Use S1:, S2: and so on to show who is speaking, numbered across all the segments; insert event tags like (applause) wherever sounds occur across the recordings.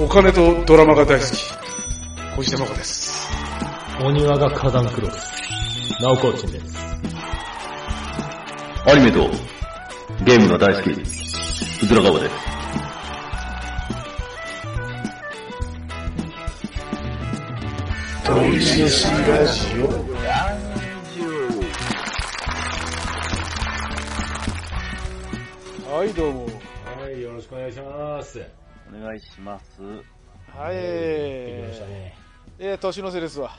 S1: お金とドラマが大好き。小石真子です。
S2: お庭が火山黒です。ナオコーチンです。
S3: アニメとゲームが大好き、うずらがわです。
S1: はい、どうも。
S2: はい、よろしくお願いします。や
S3: お願いします。
S1: はい、
S2: ってきました
S1: え
S2: ね。
S1: ー、年の瀬ですわ。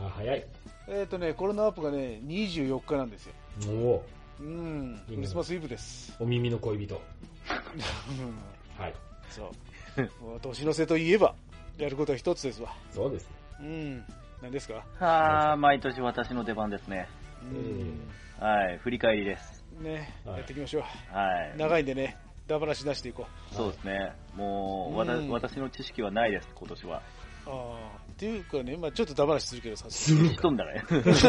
S2: あ、早い。
S1: えっ、ー、とね、コロナアップがね、24日なんですよ。
S2: おお、
S1: うん、クリスマスイブです。
S2: お耳の恋人。
S1: うん
S2: はい。
S1: そう。もう年の瀬といえば、やることは一つですわ。
S2: そうですね。
S1: うん、何ですか
S3: はあ、毎年私の出番ですね。
S1: う、
S2: うん
S3: はい、振り返りです。
S1: ね、
S2: はい
S1: やっていきましょう。
S3: はい。
S1: 長いんでね、ダバなし出していこう。
S3: そうですね。もう、
S1: うん
S3: わた私の知識はないです、今年は。
S1: あーっていうかね、まあちょっとダバなしするけどさ、
S2: する
S3: 吹き飛ん (laughs) だね。
S2: し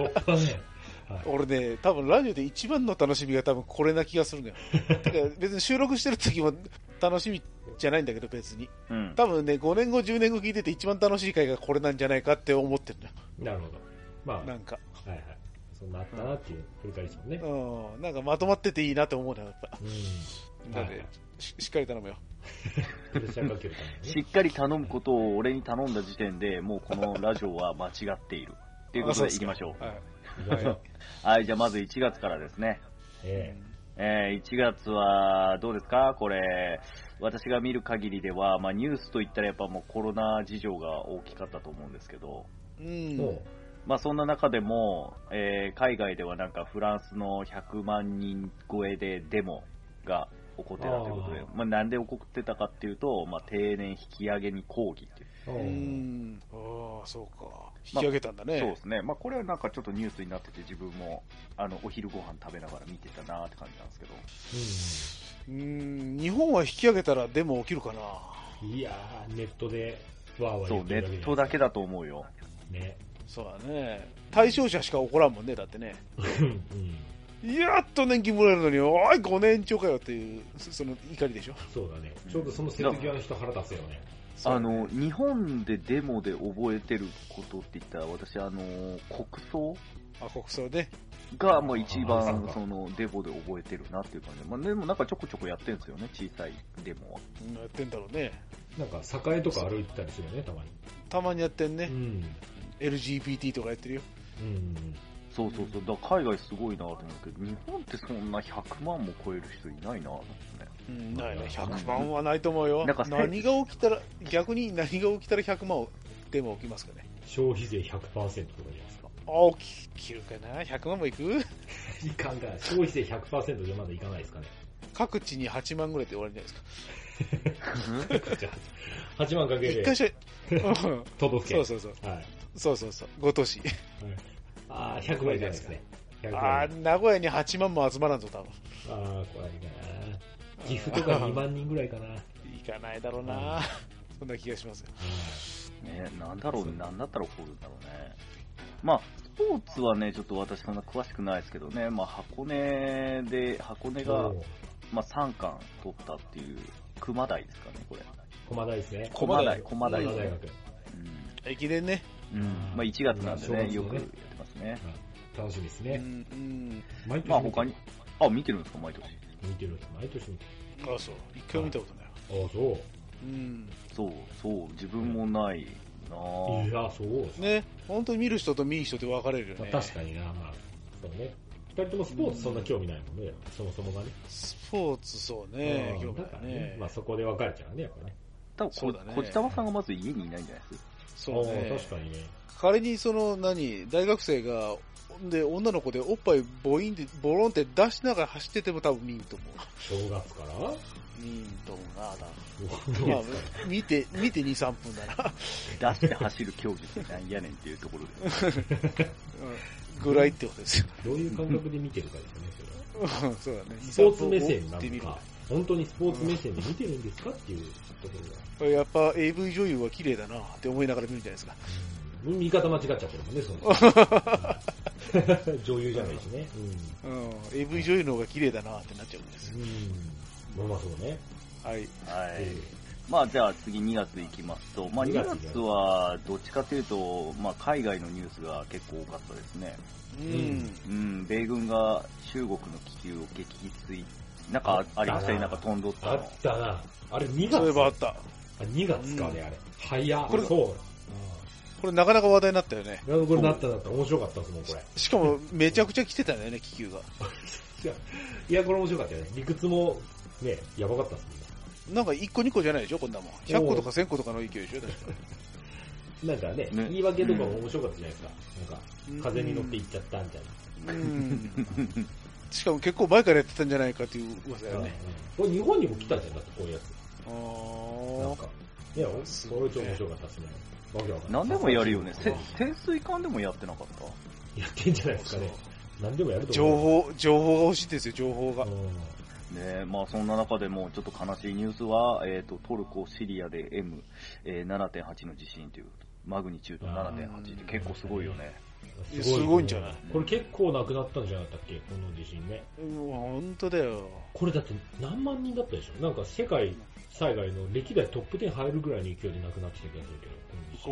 S2: ょっぱね。はい。
S1: 俺ね、多分ラジオで一番の楽しみが多分これな気が
S3: (laughs)
S1: するのよ。てか別に収録してる時も楽しみじゃないんだけど別に。
S3: うん。
S1: 多分ね、5年後、10年後聞いてて一番楽しい回がこれなんじゃないかって思ってるのよ。
S2: なるほど。まあ、
S1: なんか。
S2: はいはい。そんなあったなっていう振り返りですもんね。
S1: うん。なんかまとまってていいなと思うのよ、やっぱ。
S2: うん。
S1: なんで、ししっかり頼むよ。
S2: プレッシャーかけるために
S3: し
S2: ね。
S3: っかり頼むことを俺に頼んだ時点で、もうこのラジオは間違っている。ということで行きましょう。
S1: はい。
S2: 行きましょう
S3: はい、じゃあまず1月からですね。
S2: え
S3: えー1月はどうですか、これ、私が見る限りでは、まあ、ニュースといったらやっぱもうコロナ事情が大きかったと思うんですけど、
S1: う
S2: え。
S1: ん。
S2: も
S3: まあ、そんな中でも、えー海外ではなんかフランスの100万人超えでデモが起こってたということで
S2: あ、
S3: まあ、なんで起こってたかっていうと、まあ、定年引き上げに抗議っていう、
S2: う。
S1: う
S2: うん。
S1: ん。ああ、そうか。引き上げたんだね。
S3: そうですね、まあ、これはなんかちょっとニュースになってて、自分もあのお昼ご飯食べながら見てたなって感じなんですけど、
S1: うん。日本は引き上げたらでも起きるかな。
S2: いやー、ネットで、わーわー
S3: そ
S2: 言
S3: う、
S2: って
S3: ネ
S2: るだけ
S3: ットだけ
S2: だ。
S3: だと思うよ。
S2: ね。
S1: そうだね。対象者しか怒らんもんね、だってね。
S2: うん。
S1: やっと年金もらえるのに、おい、5年延長かよっていう、そその怒りでしょ。
S2: そうだね。ちょうどその瀬戸際の人腹立つよね。
S3: あの日本でデモで覚えてることって言ったら、私、あの国葬
S1: あ、国葬ね。
S3: がもう一
S2: あそう
S3: 番
S2: か
S3: そのデモで覚えてるなっていう感じで、まあ、でもなんかちょこちょこやってるんですよね、小さいデモは。
S1: うんやってんだろうね。
S2: なんか、栄とか歩いてたりするよね、たまに。
S1: たまにやってんね
S2: う。ん。
S1: LGBT とかやってるよ。
S2: うん。
S3: そうそうそう、だから海外すごいなと思うけど、日本ってそんな100万も超える人いないなと思ってね。
S1: うん、ないね。
S2: うん
S1: 100万はないと思うよ
S3: なんか。
S1: 何が起きたら、逆に何が起きたら100万でも起きますかね。
S2: 消費税100%とかじゃないですか。
S1: あ、起きるかな ?100 万もいく
S2: いかんかない。消費税100%じゃまだいかないですかね。
S1: 各地に8万ぐらいで終わりじゃないですか。
S2: じゃあ8万かけ
S1: 一
S2: る
S1: 回しゃ、うん
S2: 都道
S1: そ
S2: 府県
S1: う。そうそう。
S2: はい。
S1: そうそうそう。5都市。
S2: ああ、100倍じゃないですね。100倍。
S1: あ
S2: あ
S1: あ、名古屋に8万も集まらんぞ、多分。
S2: あー、怖いな。岐阜とか2万人ぐらいかな。はい
S1: 行かないだろうな、そんな気がしますよ。
S3: ね、なんだろう、なんだったら起こるんだろうね。まあ、スポーツはね、ちょっと私そんな詳しくないですけどね、まあ、箱根で、箱根が
S2: お、ー
S3: まあ、3冠取ったっていう、熊台ですかね、これ。
S2: 駒大ですね。
S1: 駒台
S3: 駒
S2: 大
S3: 台
S2: 学。
S3: です
S2: 大
S3: ね。
S2: 学。
S1: 駅伝ね。
S3: うん。まあ1月なんで
S2: まあ正
S3: ね、
S2: 月
S3: よく
S2: のね
S3: やってますね。
S2: 楽しみです
S1: う
S2: ね。
S1: ん、うん。
S2: 毎
S3: まあ
S2: 年見て
S3: 他
S2: る
S3: に、あ、見てるんですか、毎年。
S2: 見てる。毎年見て
S1: ああ、そう。一回も見たことないわ。
S2: る。ああ、そう。
S1: うん。
S3: そう、そう、自分もないなぁ
S2: いや、そう。
S1: ね、本当に見る人と見る人って分かれるよ
S2: ま
S1: ね。
S2: あ、確かにな、まあ、そうね。二人ともスポーツそんな興味ないもんね、そもそもがね。
S1: スポーツ、そうね、
S2: う
S1: 興
S2: ん
S1: 味
S2: だ
S1: な
S2: から
S1: い
S2: ね
S1: ね。。
S2: まあそこで別れちゃうね、やっぱね。
S3: 多
S1: そう
S3: 分
S1: だ
S3: こ、
S1: ね
S3: こちたまさんがまず家にいないんじゃないですか。
S1: そう
S2: あ
S1: ね
S2: あ。確かにね。
S1: 仮にその、何、大学生が、で、女の子でおっぱいボインで、ボロンって出しながら走ってても多分見んと思
S2: 正月から
S1: う。見んと思うな、だまあ、
S2: お
S1: 見て、見て2、3分だな。
S3: 出して走る競技ってなんやねんっていうところ
S1: う
S3: で。
S1: んぐらいってことですよ。
S2: (laughs) どういう感覚で見てるかですよね、それ
S1: う
S2: は。
S1: んそうだね。
S2: スポーツ目線な
S1: 見てみ
S2: の
S1: る
S2: か、本当にスポーツ目線で見てるんですかっていうところが。
S1: やっぱ AV 女優は綺麗だなって思いながら見るんじゃないですか。
S2: うん見方間違っちゃってるもんね、その (laughs) 女優じゃないしね。
S1: うん、AV 女優の方が綺麗だなってなっちゃうんですよ。
S2: うん。まあまあそうね。
S1: はい。
S3: はい。
S2: え
S3: まあじゃあ次2月行きますと、まあ
S2: 2
S3: 2
S2: 月
S3: 月はどっちかというと、まあ海外のニュースが結構多かったですね。
S1: う
S2: うん
S1: ん。
S3: うん、米軍が中国の気球を撃墜、なんかあありましたね、なんか飛んどっ
S2: ー
S3: た
S2: あ
S3: の。
S2: ったな。あれ2月
S1: そういえばあった。
S2: あ ?2 月かね、あれ。早っ。
S1: これ
S2: そう。
S1: これなかなか話題になったよね。
S2: うん。これなったなった。面白かったですもん、これ。
S1: しかも、めちゃくちゃ来てたんだよね、気球が。
S2: いや、これ面白かったよね。理屈も、ね、やばかったですもんね。
S1: なんか1個2個じゃないでしょ、こんなもん。100個とか1000個とかの勢いでしょ、確か
S2: なんかね、
S3: ね
S2: 言い訳とかも面白かったじゃないですか。なんか、
S1: に。
S2: 風に乗って行っちゃったみたいな。
S1: うん。しかも結構前からやってたんじゃないかっていう噂だよね。
S2: これ日本にも来たじゃん、だってこういうやつ。
S1: あ
S2: なん
S1: ー
S2: か。いや、これ
S1: す
S2: ち
S1: ごい
S2: ょ
S1: ね
S2: っと面白かったですね。わけわかんない
S3: (laughs) 何でもやるよね。
S2: うん
S3: せ潜水艦でもやってなかった。
S2: やってんじゃないですかね。何でもやると
S1: 情
S2: 思う。
S1: 報、情報が欲しいんですよ、情報が。
S2: うん
S3: ねえまあそんな中でもちょっと悲しいニュースは、えっ、と、トルコ、シリアで M、えー7.8の地震という、マグニチュード7.8って結構すごいよね。
S1: いやすごいんじゃない
S2: これ結構なくなったんじゃなかったっけこの地震ね。
S1: うん、本当だよ。
S2: これだって何万人だったでしょなんか世界災害の歴代トップ10入るぐらいの勢いでなくなってきた気がするけど。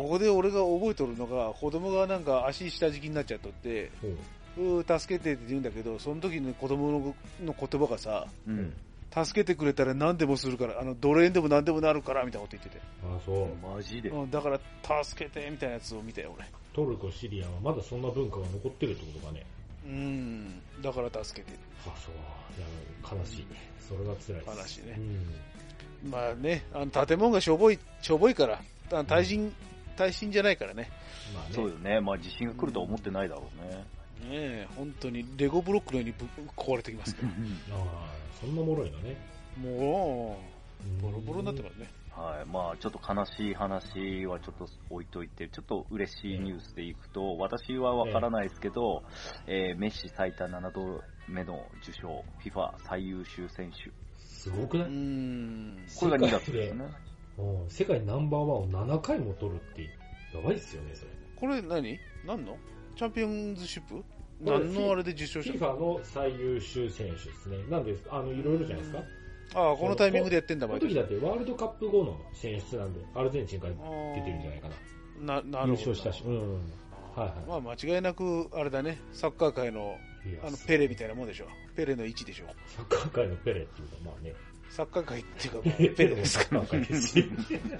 S1: ここで俺が覚えとるのが、子供がなんか足下敷きになっちゃっとって、
S2: この地震うん
S1: うー、助けてって言うんだけど、その時に子供のの言葉がさ、
S3: うん。
S1: 助けてくれたら何でもするから、あの、奴隷でも何でもなるから、みたいなこと言ってて。
S2: ああ、そう。
S3: マジで。
S1: うん、だから、助けて、みたいなやつを見たよ、俺。
S2: トルコ、シリアはまだそんな文化が残ってるってことかね。
S1: うん、だから助けて。
S2: あそう。いや、悲しい。それが辛いです。
S1: 悲しいね
S2: うん。
S1: まあね、あの、建物がしょぼい、しょぼいから、あの耐震、耐震じゃないからね。
S2: まあね。
S3: そうよね。まあ地震が来るとは思ってないだろう
S1: ね
S3: ね。
S1: え、本当に、レゴブロックのようにぶ壊れてきますから。
S2: ああ、そんなもろいのね。
S1: も
S2: うん
S1: う、ボロボロになってますね。
S3: はい。まあちょっと悲しい話はちょっと置いといて、ちょっと嬉しいニュースでいくと、私はわからないですけど、えーメッシ最多7度目の受賞、FIFA 最優秀選手。
S2: すごく
S1: う
S2: ない、
S1: ん。
S3: これが2月ですね。
S2: うん、世界ナンバーワンを7回も取るって、やばいっすよね、それ。
S1: これ何何のチャンピオンズシップ
S2: れ
S1: 何のあれで受賞したの
S2: FIFA の最優秀選手ですね。なんで、あの、いろいろじゃないですか。
S1: ああ、このタイミングでやってんだ、
S2: この
S1: 毎
S2: 時
S1: 年。
S2: だってワールドカップ後の選出なんで、アルゼンチンから
S1: あー
S2: 出てるんじゃないかな。
S1: な、な
S2: 優
S1: るほど。
S2: 勝したし。うん。はいはい。
S1: まあ、間違いなく、あれだね、サッカー界の、
S2: いや
S1: あの、ペレみたいなもんでしょ。ペレの位置でしょ。
S2: サッカー界のペレっていうか、まあね。
S1: サッカー界っていうか、ま (laughs) あペレです
S2: サ
S1: か
S2: ッカー界で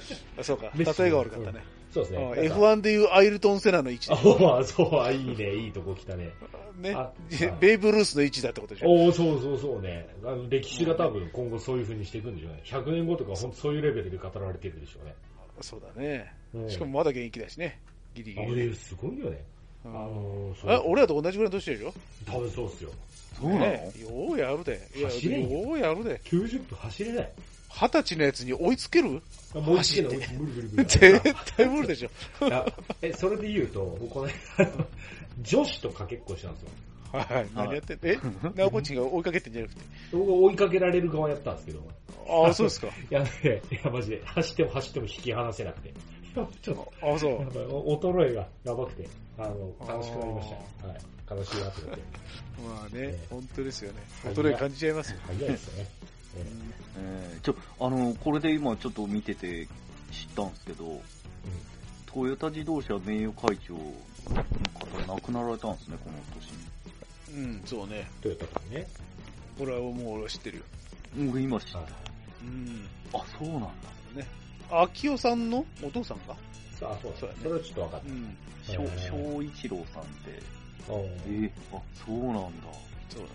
S2: すし。
S1: あそうか、
S2: メッシ
S1: 例えが悪かったね。
S2: そうです
S1: あ
S2: ね。
S1: あ
S2: なんか
S1: F1 でいうアイルトン・セナの位置で
S2: あ、そう、あ、いいね、いいとこ来たね。
S1: ね
S2: あ、
S1: ベイブ・ルースの位置だってことでしょ。
S2: おおそうそうそうね。あの歴史が多分今後そういう風にしていくんでしょうね。100年後とか本当そういうレベルで語られてるでしょうね。
S1: そうだね。
S2: うん
S1: しかもまだ現役だしね。ギリギ
S2: あ
S1: リ。
S2: れすごいよね。
S1: う
S2: あ
S1: ん
S2: のー、そう
S1: あ俺らと同じぐらいの年でしょ
S2: 多分そうっすよ。
S3: そうなの、
S1: ねようやるで。いや、
S2: 走れんよ
S1: ようやるで。
S2: 90分走れない。
S1: 二十歳のやつに追いつける
S2: あもう一
S1: 走っ
S2: 度、無理
S1: て
S2: 無理無理無理。
S1: 絶対無理 (laughs) でしょ。
S2: いやえ、それで言うと、僕この間、女子とかけっこしたんですよ。
S1: はい。何やってんえナオコチンが追いかけてんじゃなくて。
S2: 僕追いかけられる側やったんですけど。
S1: ああ、そうですか。
S2: いや、ね、いや、マジで、走っても走っても引き離せなくて。いやちょっと、
S1: ああ、そ
S2: や
S1: う
S2: っ。ぱお衰えがやばくて、あの、楽しくなりまし
S1: あ
S2: た。はい。悲しいなと思って。
S1: まあね
S2: ね、
S1: 本当ですよね。
S2: はい
S1: 衰え感じちゃいますよ。
S2: 早いですね。え
S3: えーちょ、あの、これで今ちょっと見てて知ったんですけど、トヨタ自動車名誉会長の方亡くなられたんですね、この年
S1: うん、そうね。
S2: トヨタとかね。
S1: これはもう俺は知ってるよ。
S3: に。僕今知った。
S2: は
S3: あ
S2: い、
S1: うん。
S3: そうなんだ。
S1: 秋代さんのお父さんか
S2: さあ、そうだ
S1: そうだね
S2: それはちょっと分かっ
S1: うん。
S3: 小
S2: へー
S3: 小一郎さんって。
S2: た。お
S3: え
S2: ー
S3: ーあ、そうなんだ。
S1: そうだ。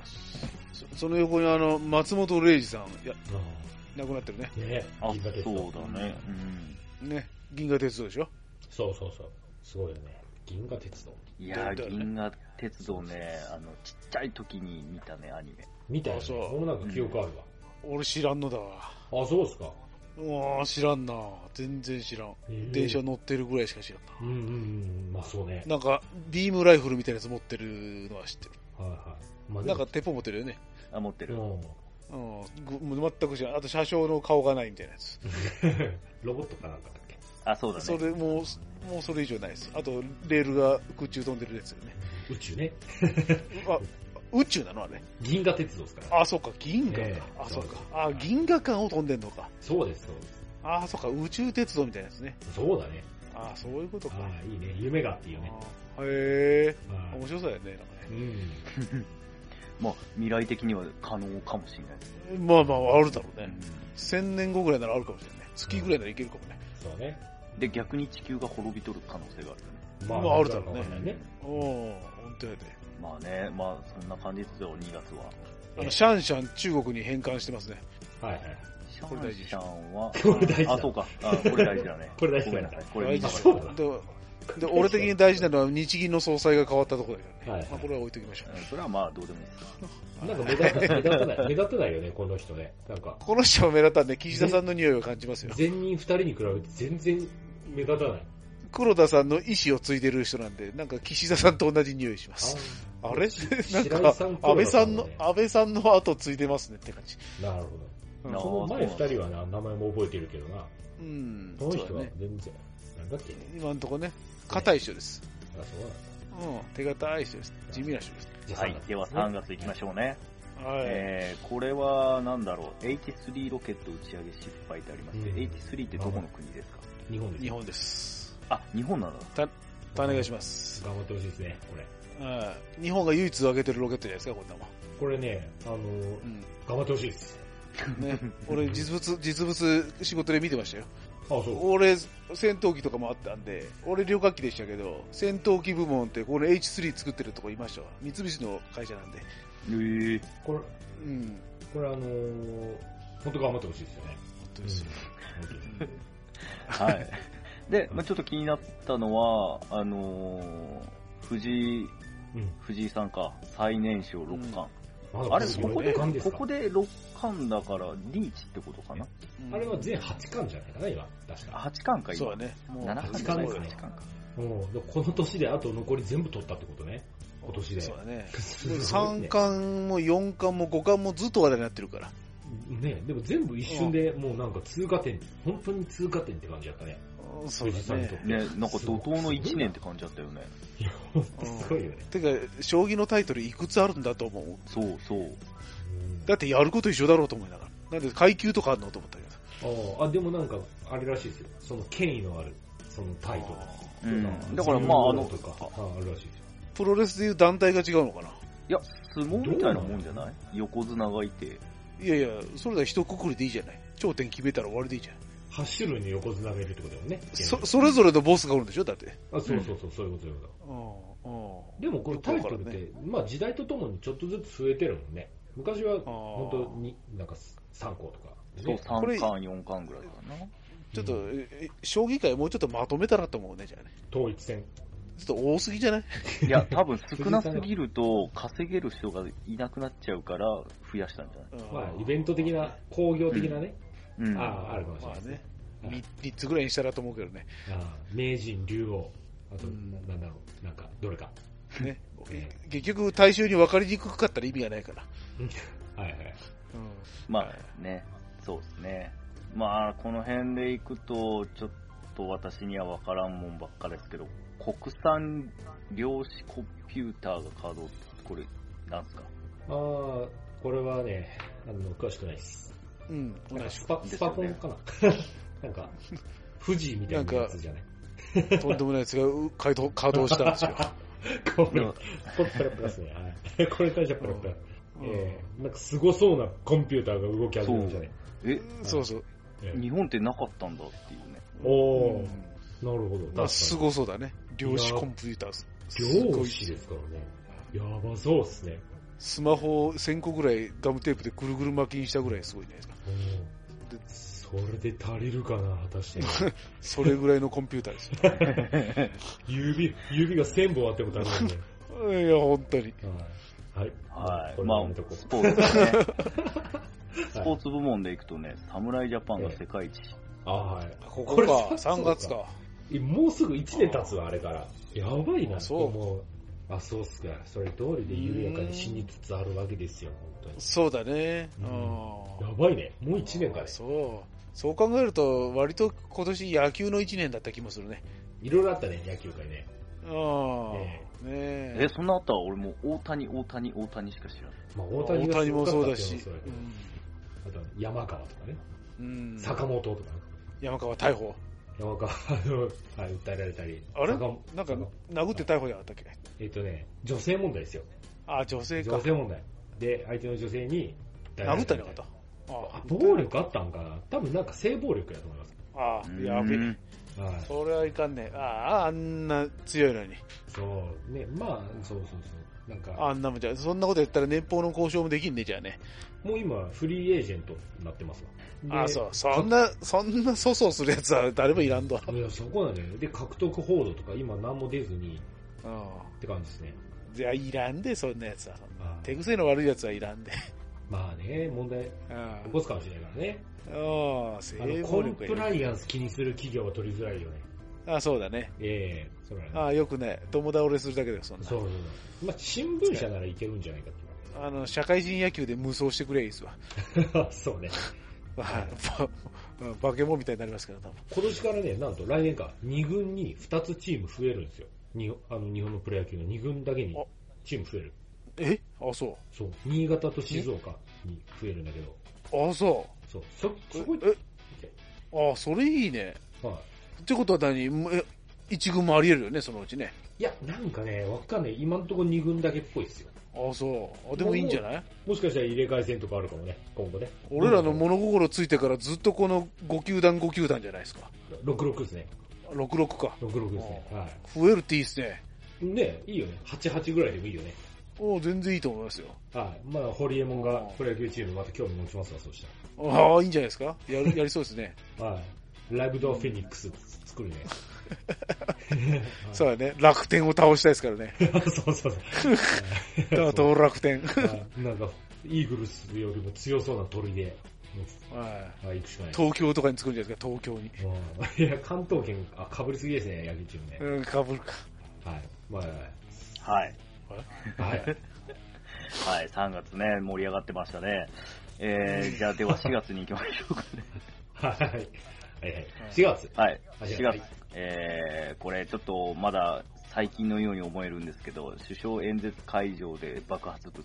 S1: そその横にあの、松本零士さん、いや、
S2: あ
S1: 亡くなってるね。
S2: ーね
S3: あ
S2: 銀河、鉄道
S3: そうだね。うん。
S1: ね。銀河鉄道でしょ
S2: そうそうそう。すごいよね。銀河鉄道。
S3: いや
S1: だよ
S3: ー、
S1: ね
S3: 銀河鉄道ね、あの、ちっちゃい時に見たね、アニメ。
S2: みたいな、
S1: あ
S2: ね。
S1: そう
S2: 俺もなんか記憶ある
S1: 俺知らんのだわ。
S2: わ。あ、そうですか。
S1: うわー知らんな全然知らん。
S2: えー
S1: 電車乗ってるぐらいしか知らん
S2: うんうんうん。まあそうね。
S1: な。なんか、ビームライフルみたいなやつ持ってるのは知ってる。
S2: はいはい。まあ
S1: なんか、鉄砲持ってるよね。
S3: あ、持って
S2: で
S3: る。
S2: もうん (laughs)
S1: うん。ぐ全く知らん。あと車掌の顔がないみたいなやつ。
S2: ロボットかなんかだっけ。
S3: あ、そうだね。
S1: それもう、もうそれ以上ないです。あと、レールが空中飛んでるやつよね。
S2: 宇宙ね。
S1: あ、宇宙なのあれ。
S2: 銀河鉄道ですから。
S1: あ、そうか、銀河
S2: ええ
S1: か。あ、そうか。あ、銀河間を飛んでんのか。
S2: そうです、そうです。
S1: あ、そうか、宇宙鉄道みたいなやつね。
S2: そうだね。
S1: あ、そういうことか。
S2: ああ、いいね。夢があっていいよね。
S1: あへえ、
S2: あ
S1: 面白そうだよね、なんか
S2: あうん。
S3: まあ、未来的には可能かもしれないです
S1: ね。
S3: ね。
S1: まあまあ、あるだろう
S3: う
S1: ね。
S3: ん
S1: 千年後ぐらいならあるかもしれないね。月ぐらいならいけるかもね。
S2: そうね。
S3: で、逆に地球が滅びとる可能性があるよね。
S2: ま
S1: まああるだろうね
S2: なんかわかんない
S1: おお本当やで。
S3: まあね、まあそんな感じですよ、2月は。
S1: あの、シャンシャン中国に返還してますね。
S2: はいはい。
S3: シ
S1: これ
S3: ャ
S1: 大
S3: ン
S1: 事
S3: シ
S1: でし
S3: ャ
S1: ょ
S3: ンは、
S2: これ大事だ。
S3: あ、そうか、あこれ大事だね
S2: (laughs) これ大事
S3: ご
S2: だ
S3: めんなさい、これ
S1: 大
S3: 見た
S1: 事
S3: か
S2: そ
S3: っ
S2: うだ
S3: た
S2: な
S1: でで俺的に大事なのは日銀の総裁が変わったところだからね。
S2: はいはい
S1: まあ、これは置いときましょう。
S3: うんそれはまあどうでもいいです。
S2: なんか目立た目立たない、目立たないよね、この人ね。なんか、
S1: この人も目立ったんで、岸田さんの匂いを感じますよ。
S2: 前任二人に比べて全然目立たない。
S1: 黒田さんの意思を継いでる人なんで、なんか岸田さんと同じ匂いします。あれなん
S2: 白井
S1: か
S2: さん、
S1: 安倍さんの
S2: 黒田さんのね、
S1: 安倍さんの後継いでますねって感じ。
S2: なるほ
S1: うん
S3: なあ
S2: ど。この前二人はな、名前も覚えてるけどな。
S1: うん、
S2: この
S1: そう
S2: 人
S1: だ
S2: は
S1: ね。
S2: 全然、なんだっけ
S1: 今のとこね、硬い人です。
S2: あ、そうなんだ。
S1: うん、手堅い人です。地味な人です。
S2: じゃあ
S3: はい、では3月行きましょうね。
S1: はい。
S3: えー、これはなんだろう、H3 ロケット打ち上げ失敗ってありまして、
S2: うん
S3: H3 ってどこの国ですか
S2: 日本です。
S1: 日。本です。
S3: あ、日本なんだ。
S1: お願いします。
S2: 頑張ってほしいですね、これ。
S1: うん、日本が唯一上げてるロケットじゃないですか、こんなもん。
S2: これね、あの、
S1: うん
S2: 頑張ってほしいです。
S1: ね、
S2: (laughs)
S1: 俺実物、実物仕事で見てましたよ。
S2: あ、そう。
S1: 俺、戦闘機とかもあったんで、俺旅客機でしたけど、戦闘機部門ってこの H3 作ってるとこいましたわ。三菱の会社なんで。
S3: えー、
S2: これ、
S1: うん。
S2: これあのー、本当頑張ってほしいですよね。
S1: 本当ですよ。
S2: うん
S3: はい。
S2: (laughs)
S3: で、まあ、ちょっと気になったのは、あのー、藤井、
S2: うん。
S3: 藤井さんか、最年少六冠。
S2: まだ
S3: あれ、
S1: 藤井
S3: ここで、
S2: 六冠す
S3: こ
S2: か
S3: こで六冠だから、リーチってことかな
S1: うん
S2: あれは全8巻じゃないかな、今。確か。
S3: 八冠か、
S1: そう
S3: 今
S1: だ。ね。もう
S3: 七冠
S2: 八
S3: じゃない
S2: 冠だ
S3: か、
S2: ね
S3: 八冠か。
S2: うん。でこの年であと残り全部取ったってことね。今年で
S1: そうだね。
S2: すごいね
S1: 3巻も4巻も5巻もずっと話題になってるから。
S2: ね、でも全部一瞬でもうなんか通過点、本当に通過点って感じだったね。
S1: うんそうだ
S2: 藤井さん
S1: ね。
S2: と
S3: ね、なんか怒涛の1年って感じだったよね。
S2: いや、ほんとすごいよね。
S1: てか、将棋のタイトルいくつあるんだと思う。
S3: そうそう。
S2: うん
S1: だってやること一緒だろうと思いながら。なんで階級とかあるのと思ったけど。
S2: ああ、でもなんか、あれらしいですよ。その権威のある、そのタイト
S3: う
S2: ル。
S3: ん、だから、まあ、あの
S2: と、か、ああるらしいですよ。
S1: プロレスでいう団体が違うのかな。
S3: いや、相撲みたいなもんじゃない横綱がいて。
S1: いやいや、それだ一括りでいいじゃない。頂点決めたら終わりでいいじゃん。
S2: 8種類の横綱がいるってことだよね。
S1: そ、それぞれのボスがおるんでしょだって。
S2: あそうそうそう、そういうことそういうこと。でもこのタイトルって、まあ時代とともにちょっとずつ増えてるもんね。昔は本当になんか3個とか、
S3: そう、
S2: ね。
S1: これ
S3: 3巻、4巻ぐらいかな。
S1: ちょっと、ええ将棋界もうちょっとまとめたらと思うね、じゃあね。
S2: 統一戦。
S1: ちょっと多すぎじゃない
S3: いや、多分少なすぎると稼げる人がいなくなっちゃうから増やしたんじゃ
S2: まあイベント的な、工業的なね、
S3: ない
S2: あああるかもしれ
S1: ま
S2: ない
S1: あ
S2: です
S1: ね
S2: ね。、
S1: 3, つぐらいにしたらと思うけどね。
S2: ああ名人、竜王、あと、
S1: うん
S2: ななんだろう、なんか、どれか。
S1: ね
S2: (laughs) え
S1: 結局、大衆に分かりにくかったら意味がないから。
S2: はいはい。
S3: うん。まあね、そうですね。まあ、この辺で行くと、ちょっと私には分からんもんばっかですけど、国産量子コンピューターが稼働って、これ、なんすか
S2: ああ、これはね、あの、詳しくないです。
S1: うん。うん。同
S2: なんか
S1: じ
S2: スパ、
S3: です
S2: ス
S3: よね
S2: パコンかな (laughs) なんか、富士みたいなやつじゃない。 (laughs)
S1: とんでもないやつがう稼働稼働したんですよ。
S2: これ、これプラプラですね。はい。 (laughs) これ大したプラプラ。
S1: うん
S2: (laughs) ええなんかすごそうなコンピューターが動き始めるじゃない。
S3: え、
S1: そうそう。
S2: ええ
S3: 日本ってなかったんだっていうね。
S2: お
S1: う
S2: お、
S1: ん
S2: なるほど。
S1: まあ、すごそうだね。量子
S2: いや
S1: コンピューターす。
S2: 漁師ですからね。やばそうですね。
S1: スマホを1000個ぐらいガムテープでぐるぐる巻きにしたぐらいすごいね。
S2: うん
S1: で
S2: それで足りるかな、果たして。
S1: それぐらいのコンピューターですよ。
S2: 指、指が1000本あっても足 (laughs) りないね。
S1: いや、本当に。
S2: はい。
S3: はい。
S2: これ
S3: ま
S2: やめと
S3: あ、
S2: こ
S3: スポーツね。
S2: う。
S3: スポーツ部門で行くとね、侍ジャパンが世界一。
S2: あ、はい。
S1: ここ
S2: これ
S1: か、
S2: さ
S1: 3月
S2: そ
S1: か。
S2: えもうすぐ1年経つわ、あれから。やばいな、
S1: あそう
S2: もう。あ、そうっすか。それ通りで緩やかに死につつあるわけですよ、本
S1: そうだね。
S2: う
S1: うん
S2: 当
S1: ん
S2: に。やばいね。もう1年かね。
S1: そう。そう考えると、割と今年野球の1年だった気もするね。
S2: いろいろあったね、野球界ね。
S1: ああ、ねえ
S3: え、そんなあった俺もう大谷、大谷、大谷しか知らない。
S2: まあ、
S1: 大
S2: 大
S1: 谷
S2: 谷がすご
S1: も
S2: かった
S1: そう
S2: っていの
S1: だ
S2: は
S1: し、
S2: そうだけどあと山川とかね、
S1: うんうん
S2: 坂本とかね、
S1: 山川逮捕。
S2: 山川、あの、はい、訴えられたり、
S1: あれ
S2: 坂本
S1: なんか
S2: 坂本、
S1: 殴って逮捕じゃなかったっけ
S2: えっとね、女性問題ですよ。
S1: あ、女性か
S2: 女。性問題。で、相手の女性に、
S1: 殴ったんじゃなかっ
S2: あ
S1: た。
S2: 暴力あったんかな多分なんか性暴力やと思います。
S1: ああ、やべ
S3: う
S1: え。
S3: ん
S2: はい。
S1: それはいかんねえ。ああ、あんな強いのに。
S2: そう。ね、まあ、そうそうそう。なんか、
S1: あんなもんじゃ、そんなことやったら年俸の交渉もできんねじゃあね。
S2: もう今、フリーエージェントになってますわ。で
S1: あそう。そんな、そんな粗相するやつは誰もいらんと。
S2: いや、そこなんだよね。で、獲得報道とか今何も出ずに
S1: う
S2: って感じですね。
S1: ん。いや、いらんで、そんなやつは。
S2: まあ、
S1: 手癖の悪いやつはいらんで。
S2: まあね、問題起
S1: うん。
S2: こすかもしれないからね。
S1: うん、
S2: あ
S1: 性
S2: の、コ
S1: 暴
S2: ン
S1: 力
S2: プ
S1: が
S2: ラ
S1: いる
S2: イアンス気にする企業は取りづらいよね。
S1: あそうだね。
S2: ええそうなんだ
S1: ああ、よくね、友倒れするだけだよ、そんな
S2: そ。うそうそう。まあ、新聞社ならいけるんじゃないか
S1: あの、社会人野球で無双してくれいいですわ。
S2: と。そうね。 (laughs)
S1: はい (laughs) ば化け物みたいになりますから、多分。
S2: 今年からね、なんと来年か、2軍に2つチーム増えるんですよ。にあの日本のプロ野球の2軍だけに
S1: お
S2: チーム増える。
S1: えあ、そ
S2: そう。新潟と静岡に増えるんだけど、
S1: う。あ、そ
S2: そう。そ、
S1: う。
S2: そこに、
S1: え、あ、それいいね。
S2: はい。
S1: ってことは何むえ一軍もあり得るよね、そのうちね。
S2: いや、なんかね、わかんない。今んとこ2軍だけっぽいですよ。
S1: あ、そう。あ、でもいいんじゃない
S2: もしかしたら入れ替え戦とかあるかもね、今後ね。
S1: 俺らの物心ついてからずっとこの5球団5球団じゃないですか。
S2: 66ですね。
S1: 66か。
S2: 66ですね。
S1: うん
S2: は
S1: 増えるっていいっすね。
S2: い。ねいいよね。88ぐらいでもいいよね。
S1: お全然いいと思いますよ。
S2: はい。まあ、ホリエモンが
S1: うん
S2: プロ野球チームまた興味持ちますわ、そうした
S1: ああ、いいんじゃないですかや
S2: (laughs)
S1: るやりそうですね。
S2: ら。はい。ライブドアフェニックス作るね。
S1: (laughs) そうだね。楽天を倒したいですからね。
S2: (laughs) そうそうそう。
S1: (laughs) 打倒楽天。
S2: はいなんか、イーグルスよりも強そうな鳥で、
S1: はい
S2: あ行くしかない。
S1: 東京とかに作るんじゃないですか、東京に。
S2: うんい (laughs) や、関東圏、あ、かぶりすぎですね、野球チームね。
S1: うん、かぶるか。
S2: はい。まあ、
S3: はい。
S2: はい。
S3: はい、3月ね、盛り上がってましたね。えー、じゃあ、では4月に行きましょうかね。
S2: はい。はいはい。4月。
S3: はい、
S2: はい
S3: 4
S2: は
S3: 月
S2: い。
S3: えー、これちょっとまだ最近のように思えるんですけど、首相演説会場で爆発物。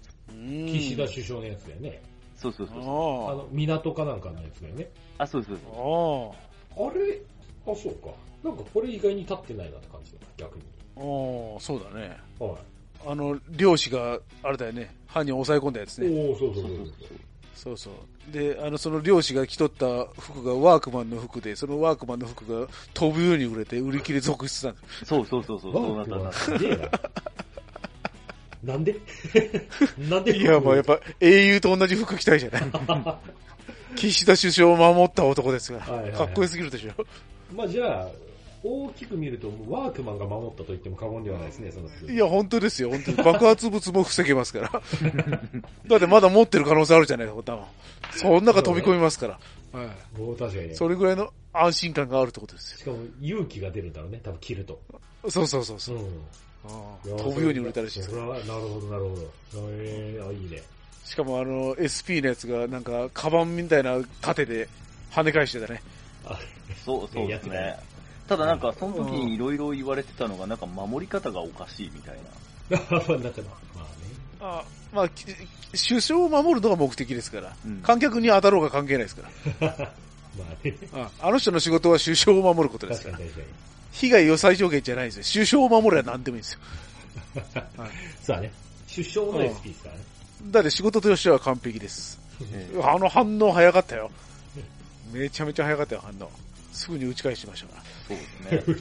S2: 岸
S1: 岸
S2: 田首相のやつだよね。
S3: そうそうそうそう。
S2: あ
S1: あ
S2: の、港かなんかのやつだよね。
S3: あ、そうそうそう。
S1: あ。
S2: あれあ、そうか。なんかこれ意外に立ってないなって感じだな、逆に。
S1: ああ、そうだね。
S2: は
S1: あの、漁師が、あれだよね、犯人を抑え込んだやつ
S2: い。
S1: ね。
S2: おおそうそうそう
S3: そ
S2: そ
S3: う
S2: う。
S1: そうそう。で、あの、その漁師が着とった服がワークマンの服で、そのワークマンの服が飛ぶように売れて売り切れ続出したんだ
S3: そうそうそうそう、そうなったな
S2: あ
S3: った。
S2: すげえな。なんで (laughs) なん
S1: (laughs)
S2: で
S1: いや、もうやっ
S2: ぱ。
S1: ぱ英雄と同じ服着たいじゃ (laughs) ない。岸田首相を守った男ですが、
S2: はいはいはい
S1: かっこよすぎるでしょ。
S2: まあじゃあ、大きく見ると、ワークマンが守ったと言っても過言ではないですね、その数
S1: いや、本当ですよ、本当に。爆発物も防げますから。 (laughs) だってまだ持ってる可能性あるじゃないですか、多分。その中飛び込みますから。はい
S2: もう確かにね。し
S1: それぐらいの安心感があるってことです
S2: かも勇気が出るんだろうね、多分切ると。
S1: よ。そうそうそう
S2: う
S1: そ
S2: ん
S1: う。
S2: い
S1: ああ
S2: や。
S1: 飛ぶように売れたらしいです
S2: それはなるほど、なるほど。えー、あ、いいね。 (laughs)
S1: しかもあの、SP のやつがなんか、カバンみたいな盾で跳ね返してたね。
S2: あ、
S3: そうそうです
S2: や
S3: ね。ただなんか、その時にいろいろ言われてたのが、なんか守り方がおかしいみたいな。
S2: まあ、なんか、まあね。
S1: あまあ、き首相を守るのが目的ですから、
S3: うん
S1: 観客に当たろうが関係ないですから。
S2: まあね。
S1: ああの人の仕事は首相を守ることです
S2: 確
S1: か
S2: かに
S1: ら。
S2: 確かに。
S1: 被害を最小限じゃないですよ。首相を守れば何でもいいんですよ。
S2: さあね、首相の SP ですからね。
S1: だって仕事としては完璧です。
S3: えー
S1: あの反応早かったよ。めちゃめちゃ早かったよ、反応。すぐに打ち返しましたか
S3: そう
S2: (laughs)
S3: ですね。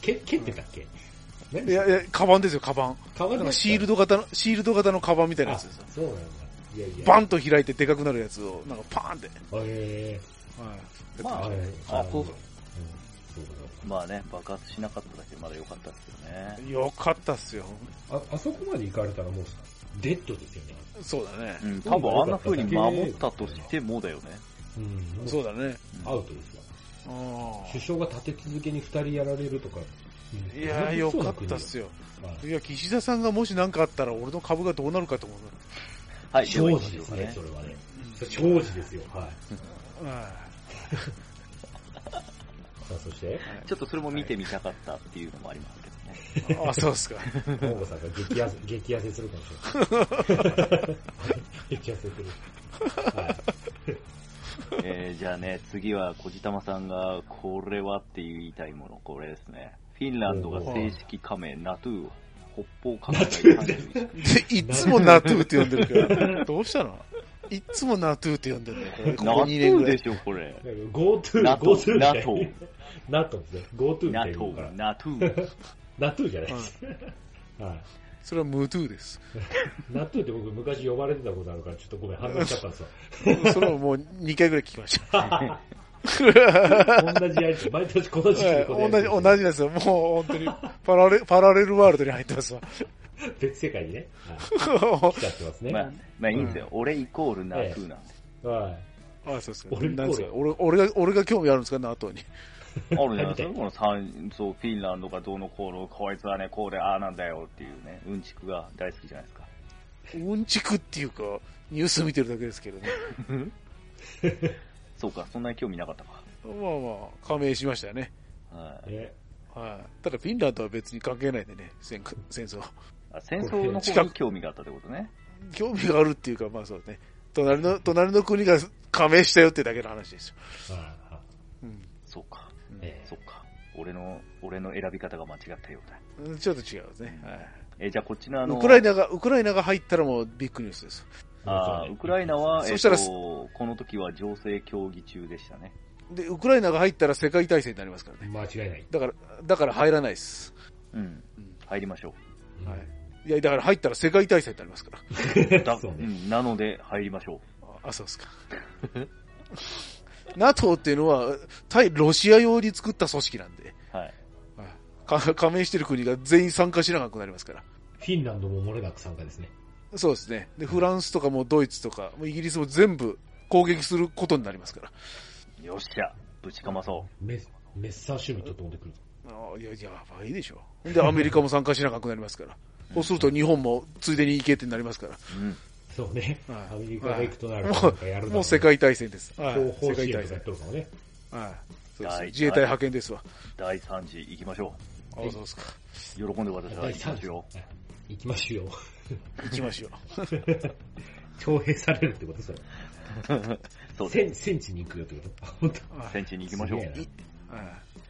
S3: (laughs)
S2: け、蹴ってたっけ
S1: ら。いやいや、カバンですよ、カバン。
S2: 変わ
S1: なんかシールド型の、シールド型のカバンみたいなやつですよ。
S2: そうなんだ。いやいや。
S1: バ
S2: ン
S1: ンと開いてでかくなるやつを、なんかパーンって。
S2: え
S1: はい
S2: ー、
S3: ま
S2: あれ、
S3: あ、あ
S2: のう
S3: こ
S2: ん
S3: う
S2: そうだ
S3: まあね、爆発しなかっただけまだ良かったですよね。
S1: よかったっすよ。
S2: なあ、あそこまで行かれたらもう、デッドですよね。
S1: そうだね
S3: う。ん、多分あんな風に守ったとしてもだよね。
S2: うん
S1: そうだね。
S3: うん
S2: アウトですよ。
S1: あ
S2: 首相が立て続けに二人やられるとか。
S1: あいやー、よかったっす
S2: よ。
S1: よ。
S2: まあ
S1: いや、岸田さんがもし何かあったら、俺の株がどうなるかと思う。
S3: はい、では
S2: 長
S3: 行き
S2: 寿
S3: まし
S2: で
S3: ょう
S2: す
S3: か
S2: ね
S3: ね、。
S2: それはね。
S1: う
S2: 長寿ですよ。はい。
S1: んはい
S2: さあ、そして、
S3: ちょっとそれも見てみたかったっていうのもありますけどね。。
S1: あ、そうですか。
S2: 本郷さんが激痩せ、激痩せするかもしれない。激痩せする。はい
S3: (laughs) えー、じゃあね、次は小玉さんが、これはって言いたいもの、これですね。フィンランドが正式加盟、ナトゥー、北方拡
S1: 大いつもナトゥーって呼んでるけど、どうしたのいつもナトゥーって呼んでるね。
S3: ここ2年ぐらい。でしょ、こ (laughs) れ。
S2: GoTo、GoTo。ナトゥ。ナトゥですね。GoTo
S3: ナトゥ。ナトゥ。
S2: ナトゥじゃないです。
S1: はい。それはムートゥーです。
S2: ナトゥって僕昔呼ばれてたことあるから、ちょっとごめん、反応しちゃったんです
S1: よ。それはもう2回ぐらい聞きました。
S2: 同じやつ、毎年この時期で
S1: 同じ、同じですよ。もう本当に、パラレ、パラレルワールドに入ってますわ。。
S2: 別世界にね。来ちゃってます
S3: (laughs)
S2: ね。
S3: まあ、まあいいんですよ。俺イコールナートゥーなんで。
S2: はい
S1: あ、そうです俺なんですか俺、俺が、俺が興味あるんですか、ナートに。 (laughs)
S3: あるじ (laughs) ゃないですか。この三、そう、フィンランドがどうのこうの、こいつはね、こうで、ああなんだよっていうね、うんちくが大好きじゃない (laughs) ですか。
S1: うんちくっていうか、ニュース見てるだけですけどね。 (laughs)
S3: そうか、そんなに興味なかったか。
S1: まあまあ、加盟しましたよね。。
S3: はい
S1: はい。ただ、フィンランドは別に関係ないんでね、戦戦争。 (laughs)
S3: あ戦争の方に興味があったってことね。
S1: 興味があるっていうか、まあそうね。隣の、隣の国が加盟したよってだけの話ですよ。
S3: うん。そうか。ええ、そっか。俺の、俺の選び方が間違ったよう
S1: だ。ちょっと違うですね。はい。
S3: え、じゃあこっちのあの。
S1: ウクライナが、ウクライナが入ったらもうビッグニュースです。
S3: ああ、ウクライナは、そしたら、えっと、この時は情勢協議中でしたね。
S1: で、ウクライナが入ったら世界大戦になりますからね。
S2: 間違いない。
S1: だから、だから入らないです。
S3: うん。うん、入りま (laughs) しょ。
S1: う。はい。いや、だから入ったら世界大戦になりますから
S3: だう、ね、うん。なので、入りましょ
S1: う。あ、そうですか。NATO っていうのは、対ロシア用に作った組織なんで、
S3: はい、
S1: 加盟してる国が全員参加しなくなりますから。
S2: フィンランドも漏れなく参加ですね。。
S1: そうですね。で、フランスとかもドイツとか、イギリスも全部攻撃することになりますから。
S3: よっしゃ、ぶちかまそう
S2: メメッサーシュミット飛んでくる。
S1: あいや、やばいでしょ。
S2: (laughs)
S1: で、アメリカも参加しなくなりますから。そうすると日本もついでに行けってなりますから。
S3: うん
S2: そうね。アメリカが行くとなる
S1: と、もう世界大戦です。
S2: 世界大戦。ね。
S1: 自衛隊派遣ですわ。
S3: 第3次行きましょ
S1: う。あそうですか。
S3: 喜んで私は行きましょう。
S2: 行きましょう。
S1: 行きましょ
S2: う。徴兵されるってことそれ。
S3: そう
S2: 戦戦地に行くよってこと
S3: 戦地に行きましょう。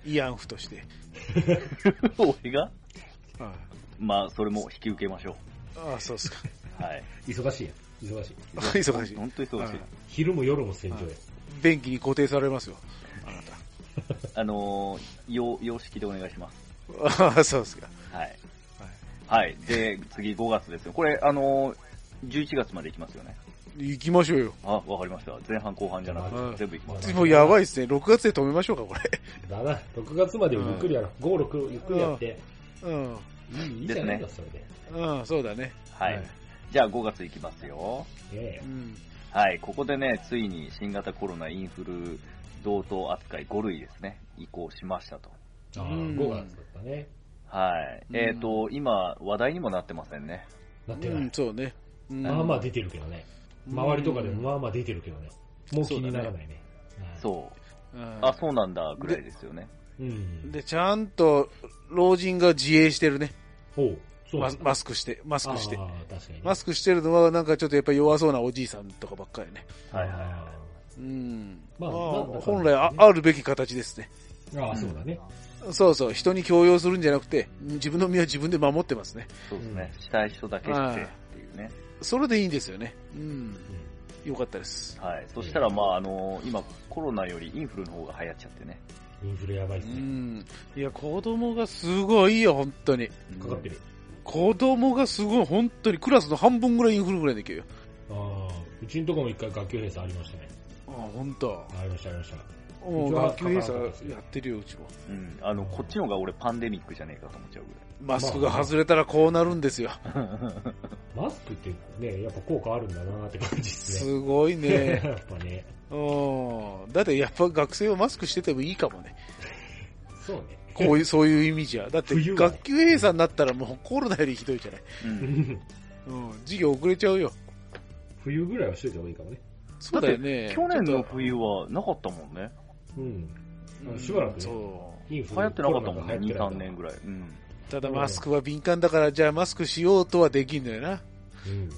S1: イアンフとして。
S3: (laughs) 俺がまあ、それも引き受けましょう。
S1: ああ、そう
S3: (laughs)
S1: ですか。
S3: はい。
S2: 忙しいや忙しい。
S1: 忙しい。
S3: 本当に忙しい。
S2: 昼も夜も戦場や。
S1: 便器に固定されますよ。あな
S3: た。あのー、様式でお願いします。
S1: ああ、そうですか。
S3: はい。はい。で、次5月ですよ。これ、あのー、11月まで行きますよね。
S1: 行きましょうよ。
S3: あ、わかりました。前半後半じゃなくて、全部行きます。
S1: もうやばいですね。6月で止めましょうか、これ。
S2: だな。6月までゆっくりやろう。5、6、ゆっくりやって。
S1: うん。
S2: いいじゃないか、それで。
S1: うん、そうだね。
S3: はい。じゃあ5月いきますよ。はい、ここでね、ついに新型コロナインフル同等扱い5類ですね、移行しましたと。
S2: ああ、5月だったね。
S3: はい。えっ、ー、と、今、話題にもなってませんね。
S2: なってない。うん、
S1: そうね。
S2: まあまあ出てるけどね。周りとかでもまあまあ出てるけどね。もう気にならないね。
S3: そう,、あ、そうなんだ、ぐらいですよね。
S1: うん。で、ちゃんと、老人が自衛してるね。
S2: ほう。
S1: ママスクして、マスクして、マスクしてるのは、なんかちょっとやっぱり弱そうなおじいさんとかばっかりね。。
S3: はいはいはい
S1: うん。まあ、本来ああるべき形ですね。
S2: ああ、そうだね。
S1: そうそう、人に強要するんじゃなくて、自分の身は自分で守ってますね。
S3: そうですね。したい人だけしてっていうね。
S1: それでいいんですよね。うん。よかったです。
S3: はい。そしたら、まあ、あの、今、コロナよりインフルの方が流行っちゃってね。
S2: インフルやばいです
S1: ね。うん。いや、子供がすごいよ、本当に。
S2: かかってる。
S1: 子供がすごい、本当にクラスの半分ぐらいインフルぐらいでいけよ。
S2: ああ、うちのとこも一回学級閉鎖ありましたね。
S1: ああ、本当。
S2: ありました、ありました。
S1: お学級閉鎖やってるよ、うちも。
S3: うん、あの、こっちのが俺パンデミックじゃねえかと思っちゃうぐら
S1: マ
S3: い。
S1: スクが外れたらこうなるんですよ。
S2: マスクってね、やっぱ効果あるんだなって感じです
S1: ね。すごいね。
S2: (laughs) やっぱね。
S1: うん。だってやっぱ学生はマスクしててもいいかもね。
S2: そう
S1: (laughs)
S2: ね。
S1: こういう、そういう意味じゃ。だって、学級閉鎖になったらもうコロナよりひどいじゃない。
S3: うん。
S1: うん、授業遅れちゃうよ。
S2: 冬ぐらいはしといた方がいいかもね。
S1: そうだよね。
S3: 去年の冬はなかったもんね。。
S2: うん。しばらく、ね、
S1: そう
S3: 流行ってなかったもんね、2、3年ぐらい。うん。
S1: ただマスクは敏感だから、じゃあマスクしようとはできんのよな。うん。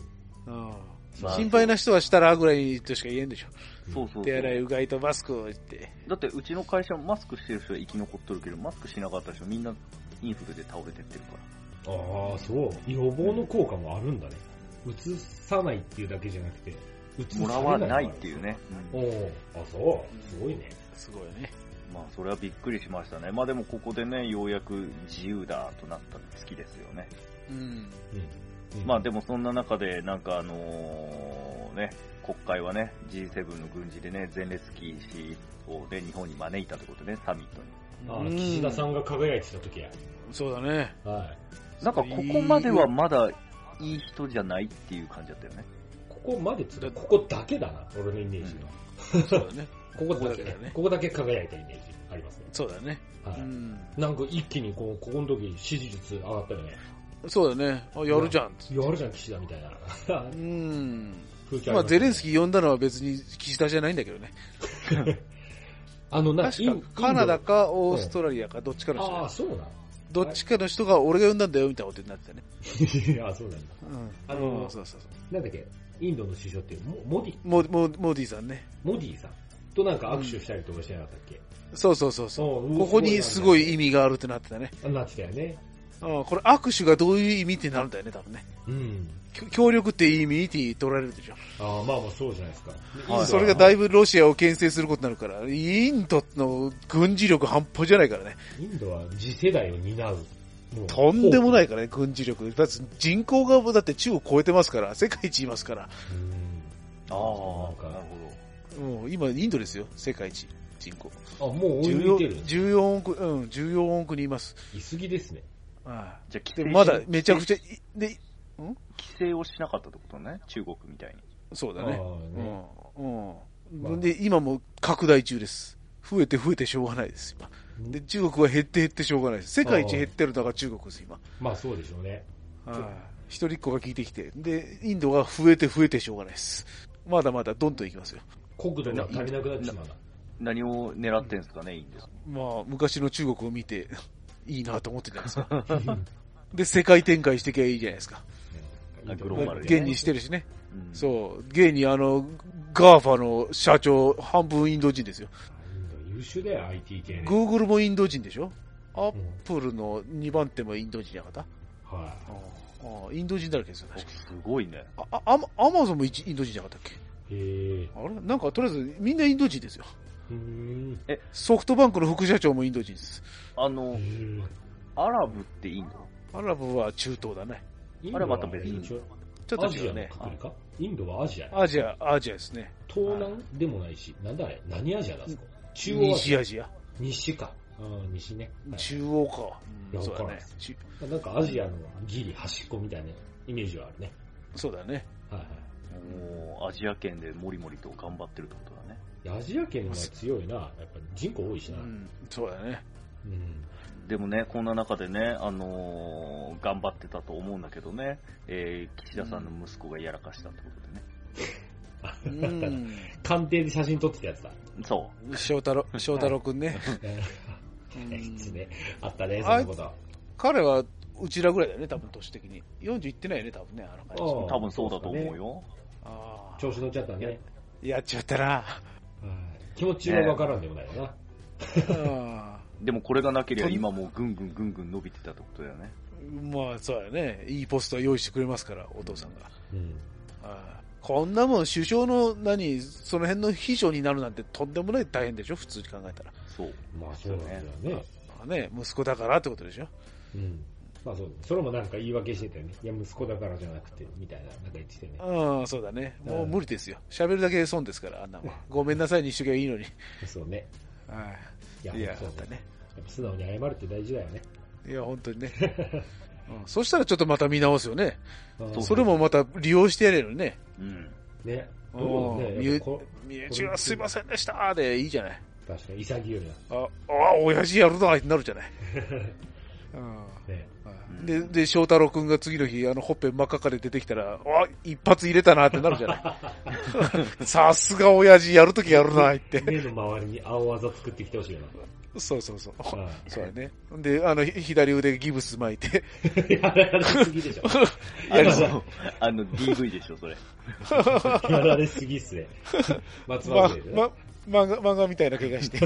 S3: まあ
S1: 心配な人はしたらぐらいとしか言えんでしょ。
S3: そうそう
S1: 手洗い、うがいとマスクを言って。
S3: だってうちの会社マスクしてる人は生き残っとるけど、マスクしなかった人みんなインフルで倒れてってるから。
S2: ああ、そう。予防の効果もあるんだね。うつさないっていうだけじゃなくて、うつ
S3: もらわないっていうね。
S2: おおあ、そう。すごいね。
S1: すごいね。
S3: まあ、それはびっくりしましたね。まあでもここでね、ようやく自由だとなった月ですよね。
S1: うん。
S2: うん。うん
S3: まあでもそんな中で、なんかあのーね、国会はね、G7 の軍事でね、前列禁止をね、日本に招いたということでね、サミットに。
S2: あー岸田さんが輝いてた時や。
S1: そうだね。
S2: はい。
S3: なんかここまではまだいい人じゃないっていう感じだったよね。
S2: ここまでつここだけだな、俺のイメージは。
S1: そうだね。
S2: ここだ
S1: ここだ
S2: け
S1: けだね
S2: ここだけ輝いたイメージありますね。
S1: そうだね。
S2: は
S1: う
S2: い。
S1: ん。
S2: なんか一気にこう、ここの時支持率上がったよね。
S1: そうだね。あ、やるじゃん。
S2: やるじゃん、岸田みたいな
S1: う
S2: (laughs) 空
S1: ん。
S2: 気あり
S1: まあ、ゼレンス
S2: すね
S1: キー呼んだのは別に岸田じゃないんだけどね。
S2: あの、な、イン
S1: 確かカナダ
S2: イン
S1: かオーストラリアかどっちか
S2: ド
S1: の人だ
S2: ああ、
S1: よ
S2: そうなんだ。
S1: どっちかの人が俺が呼んだんだよみたいなことになってたね。
S2: (laughs) いや、そうなんだ。
S1: うん。
S2: あの
S1: うんそうそうそう。
S2: なんだっけ、インドの首相ってモ、モディ、
S1: モモモディさんね。
S2: モディさんとなんか握手したりとかしてなかったっけ、
S1: そうそうそうそう。
S2: そう
S1: ここにすごい意味があるってなってたね。
S2: 味。なってたよね。
S1: うん、これ握手がどういう意味ってなるんだよね、多分ね。
S2: うん。
S1: きょ協力っていい意味って取られるでしょ。
S2: ああ、まあまあそうじゃないですか。
S3: はい
S1: それがだ
S2: い
S1: いぶロシアを牽制することになるから、インドの軍事力半端じゃないからね。
S2: インドは次世代を担う。もう
S1: とんでもないからね、軍事力。だって人口がだって中国超えてますから、世界一いますから。
S2: うん。なん
S3: なる
S2: か、
S1: もう今、インドですよ、世界一人口。
S2: あ、もう追い抜いてる
S1: 14。14億、うん、14億人います。
S2: いすぎですね。
S1: は
S3: じゃあ
S1: い。で
S3: 規制
S1: もまだめちゃくちゃい、で、
S3: 規制をしなかったってことね、中国みたいに。
S1: そうだ
S2: ああ
S1: ね。
S2: ね
S1: うん。うん。
S2: まあ
S1: で、今も拡大中です。増えて増えてしょうがないです、今。で、中国は減って減ってしょうがないです。世界一減ってるのが中国です、今。
S2: まあそうでしょうね。
S1: はい一人っ子が効いてきて。で、インドが増えて増えてしょうがないです。まだまだどんどんいきますよ。
S2: 国土が足りなくなってしまうな。
S1: (laughs)
S3: 何を狙ってんすかね、インド。
S1: まあ、昔の中国を見て、いいなと思ってたんです
S2: (laughs)
S1: よ。で、世界展開してきゃいいじゃないですか。
S2: うん
S3: グローバルでね
S1: 現にしてるしね。
S3: うん
S1: そう、現にあの、ガーファの社長、半分インド人ですよ。
S2: インド優秀だよ、IT 系ね。
S1: グーグルもインド人でしょアッ
S2: うん
S1: プルの2番手もインド人じゃなかっ
S2: は
S1: た、ああインド人だらけですよ、確か
S3: すごいね。
S1: ああアマアマゾンも一インド人じゃなかったっけ
S2: い。へえ。
S1: あれなんかとりあえずみんなインド人ですよ。
S2: うーん。
S1: ソフトバンクの副社長もインド人です。
S3: あ
S2: う
S3: の、
S2: ん
S3: アラブってインド
S1: アラブは中東だね。
S3: あれまた別
S2: イ
S3: に
S2: ンドは
S1: ちょっと
S2: アジ
S1: 違
S2: ア
S1: う
S2: の
S1: ね。
S2: 国かインドはアジア。
S1: アジア、アジアですね。
S2: 東南でもないし、なんだあれ何アジアだあそこ中央アジ
S1: 西
S2: ア。
S1: アジア。
S2: 西か。うん、西ね。はい
S1: 中央か。
S2: いや
S1: そうだ
S2: わかんない
S1: ね
S2: で。
S1: ち
S2: なんかアジアのギリ端っこみたいなイメージはあるね。
S1: そうだね。
S2: はいは
S3: もう、アジア圏でもりもりと頑張ってるってことだね。
S2: いいや。アジア圏の方が強いな。やっぱ人口多いし
S1: う
S2: な。
S1: ん、そうだ
S2: (laughs)
S1: ね。
S2: うん。
S3: でもね、こんな中でね、あのー頑張ってたと思うんだけどね、えー、岸田さんの息子がやらかしたってことでね。
S1: うん。
S2: 官邸で写真撮ってたやつだ。
S3: そ
S1: 翔太郎、翔太郎く
S2: (laughs)
S1: んね。
S2: 失礼。あったね、そ
S1: あ
S2: ん
S1: い
S2: なこと。
S1: 彼はうちらぐらいだよね、多分年的に。40いってないよね、多分ね、あの感じ。
S2: あ
S3: う。
S2: あ
S3: 多分そうだと思うよ。
S1: あ
S2: 調子乗っちゃったね。
S1: あ、やっちゃったな。
S2: はい気持ちはわからんでもないよな。
S1: あ
S3: でもこれがなければ
S1: とん
S3: 今もうぐんぐんぐんぐん伸びてたってことだよね。
S1: まあ、そうだよね。いいポストは用意してくれますから、お父さんが。
S2: うん。
S1: ああこんなもん、首相の何、その辺の秘書になるなんてとんでもない大変でしょ、普通に考えたら。
S3: そう。
S2: まあそうなんだよね。
S1: まあね、息子だからってことでしょ。
S2: うん。まあそう、それもなんか言い訳してたよね。いや、息子だからじゃなくて、みたいな、なんか言ってたよね。
S1: うん、そうだね。もう
S2: うん
S1: 無理ですよ。喋るだけで損ですから、あんな
S2: (laughs)
S1: もん。ごめんなさいにしときゃいいのに。
S2: そうね。
S1: あ
S2: いや
S1: あいや、
S2: そ
S1: だ
S2: う
S1: ったね。
S2: やっぱ素直に謝るって大事だよね。
S1: いや、本当にね。うん、そしたらちょっとまた見直すよね。
S2: うん
S3: そう
S1: それもまた利用してやれるね。
S3: うん。
S2: ね。ど
S1: お
S2: う
S1: ー
S2: ね。
S1: 身
S2: やっ
S1: 内
S2: ぱこ
S1: 身内がすいませんでしたーでいいじゃない。
S2: 確かに潔いよな。 (laughs)
S1: あ、あ、親父やるなーってなるじゃない。
S2: ね、
S1: で、で、翔太郎君が次の日、あの、ほっぺ真っ赤かで出てきたら、あ、一発入れたなってなるじゃ
S2: (laughs)
S1: ない。さすが親父、やるときやるな、って。
S2: 目の周りに青技作ってきてほしいよな。
S1: そうそうそう。そうやね。で、あの、左腕ギブス巻いて。
S2: やられすぎでしょ。
S1: (laughs)
S3: あの、あの、DV でしょ、それ。
S2: やられすぎっすね。松葉で、ね。ま、
S1: ま、漫画、漫画みたいな怪我
S2: (laughs)
S1: して。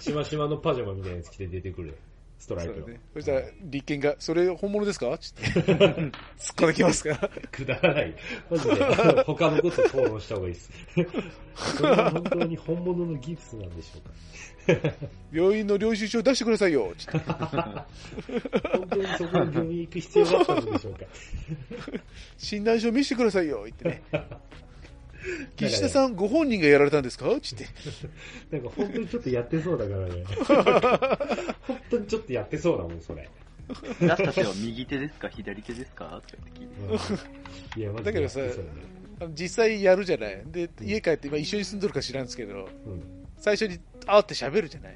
S2: しましまのパジャマみたいなやつ着て出てくる。ストライプ
S1: そ,、ね、そしたら、立憲が、それ本物ですか
S2: (laughs)
S1: ちょっと。突っ込んできますから。
S2: くだらない。マジ
S1: (laughs)
S2: で、他のこと討論した方がいいです。それは本当に本物のギプスなんでしょうか。
S1: 病院の領収書出してくださいよ、 (laughs) ちょっと。
S2: 本当にそこに病院行く必要があったのでしょうか。
S1: 診断書見せてくださいよ、言
S2: (laughs)
S1: ってね。岸田さん、ご本人がやられたんですかちって。
S2: なんか本当にちょっとやってそうだからね。本当にちょっとやってそうだもん、それ。
S3: 出した手は右手ですか左手ですかって聞い
S1: て。いや、だけどさ、実際やるじゃない。で、家帰って、今一緒に住んどるか知らんですけど、最初に会って喋るじゃない。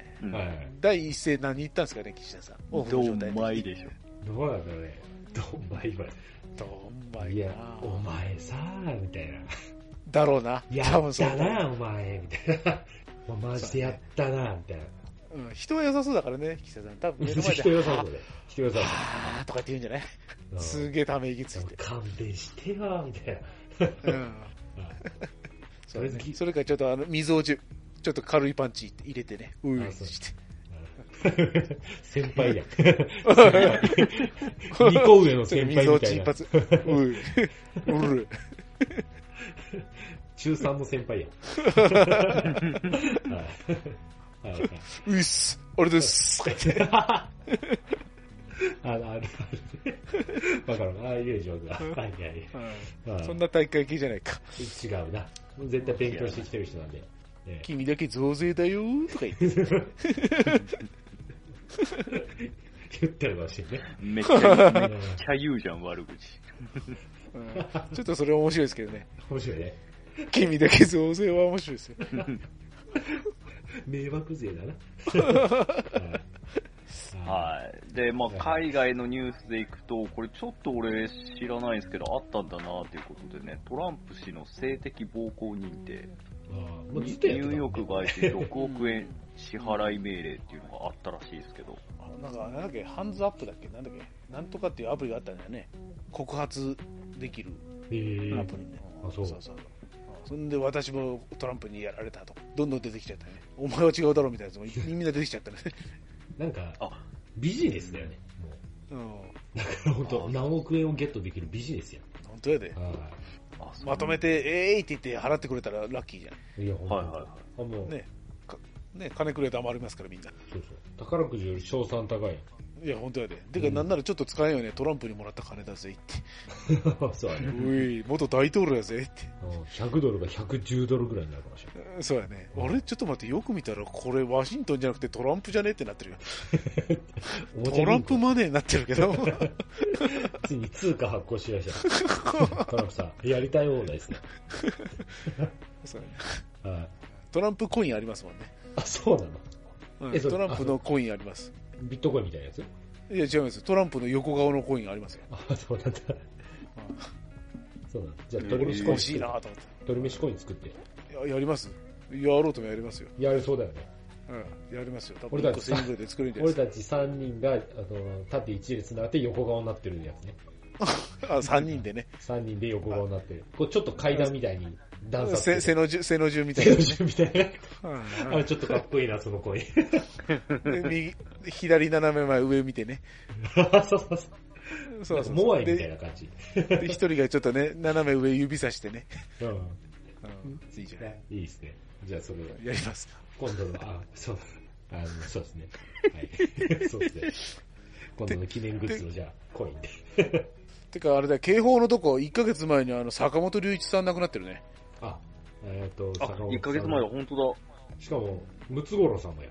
S1: 第一声何言ったんですかね、岸田さん。
S3: おどんまいでし
S2: ょ。どうなんだね。どんまいばい。
S1: どんまいや、
S2: お前さー、みたいな。
S1: だろうな。
S2: やったな、お前、みたいな。お前マジでやったな、みたいな。
S1: うん、人は良さそうだからね、岸田さん。多分
S2: 目の前で。人良さそうで。人良さ
S1: そう。とかって言うんじゃないすげえため息ついて。
S2: 勘弁してよ、みたいな。うん。
S1: それそれかちょっとあの、水落ち、ちょっと軽いパンチ入れてね。ういして。
S2: 先輩や。 (laughs) 二個上の先輩みたいな。水落
S1: ち一
S2: (laughs)
S1: 発。うい。うる。
S2: 中3の先輩や。
S1: うっす、俺です。
S2: (laughs) あるある。わかるああいう状況はい
S1: はい。そんな大会系じゃないか。
S2: 違うな。絶対勉強してきてる人なんで。
S1: 君だけ増税だよとか言って。
S2: 言ってるらしいね。
S3: めっちゃ、めっちゃ言うじゃん、悪口。
S1: ちょっとそれ面白いですけどね。
S2: 面白いね。
S1: 君だけ増税は面白いですよ。
S2: 迷惑税だ
S3: な。はい。で、まあ、海外のニュースでいくと、これちょっと俺知らないですけど、あったんだなということでね、トランプ氏の性的暴行認定。ニューヨーク
S2: (laughs)
S3: 外資6億円支払い命令っていうのがあったらしいですけど。
S1: なんか、なんだっけ、ハンズアップだっけ、なんだっけ、なんとかっていうアプリがあったんだよね。告発できるアプリね。
S2: あ、そうそうそう。
S1: そんで私もトランプにやられたと。どんどん出てきちゃった
S2: (laughs)
S1: ね。お前は違うだろみたいなやつもみんな出てきちゃったね。 (laughs)
S2: なんか、あ、ビジネスだよね。もう。うん。だから本当、何億円をゲットできるビジネスや。
S1: 本当やで。まとめて、ええって言って払ってくれたらラッキーじゃ
S2: ん。いや、ほんと。はい
S1: はいはい。ねね、金くれたら余りますからみんな。
S2: そうそう。宝くじより賞賛高い。
S1: いや、本当やで。てか、なんならちょっと使えんよね、トランプにもらった金だぜ
S2: (laughs) って。そうやね。
S1: おい、元大統領やぜって。
S2: 100ドルが110ドルぐらいになるかもしれ
S1: ない。そうやね。あれちょっと待って、よく見たら、これワシントンじゃなくてトランプじゃねってなってるよ。トランプマネーになってるけど。 (laughs)
S2: ついに通貨発行しだした。トランプさん、やりたい放題ですね。
S1: そうやね。トランプコインありますもんね。
S2: あ、そうなの
S1: え、トランプのコインあります。
S2: ビットコインみたいなやつ
S1: いや、違います。トランプの横顔のコインありますよ。
S2: あ、そう (laughs) なんだ。そうなんだ。じゃあ、鳥飯コイン。欲しいなと思って。鳥飯コイン作って。
S1: や、やりますやろうともやりますよ。
S2: やりそうだよね。
S1: うん、やりますよ。多
S2: 分俺たち俺たち3人が、あの、縦一列になって横顔になってるやつね。
S1: あ、3人でね。
S2: 3人で横顔になってる。こうちょっと階段みたいに段差
S1: 背背の重、背の重みたいな。
S2: 背の重みたい (laughs) な。あれちょっとかっこいいな、その声。
S1: 右、左斜め前上見てね。
S2: そうそうそう。そうそうモアイみたいな感じ。。
S1: で、一人がちょっとね、斜め上指さしてね。うん
S2: いいじゃない。いいですね。じゃあそれは。
S1: やりますか。
S2: 今 (laughs) 度は、あ、そう、あの、そうですね。はい (laughs) 。そうですね。今度の記念グッズをじゃあ、コインで。
S1: てか、あれだ、警報のとこ、1ヶ月前にあの、坂本龍一さん亡くなってるね。
S2: あ、えっ、ー、と、
S3: 坂本1ヶ月前だ、本当
S2: だ。しかも、ムツゴロウさんもや。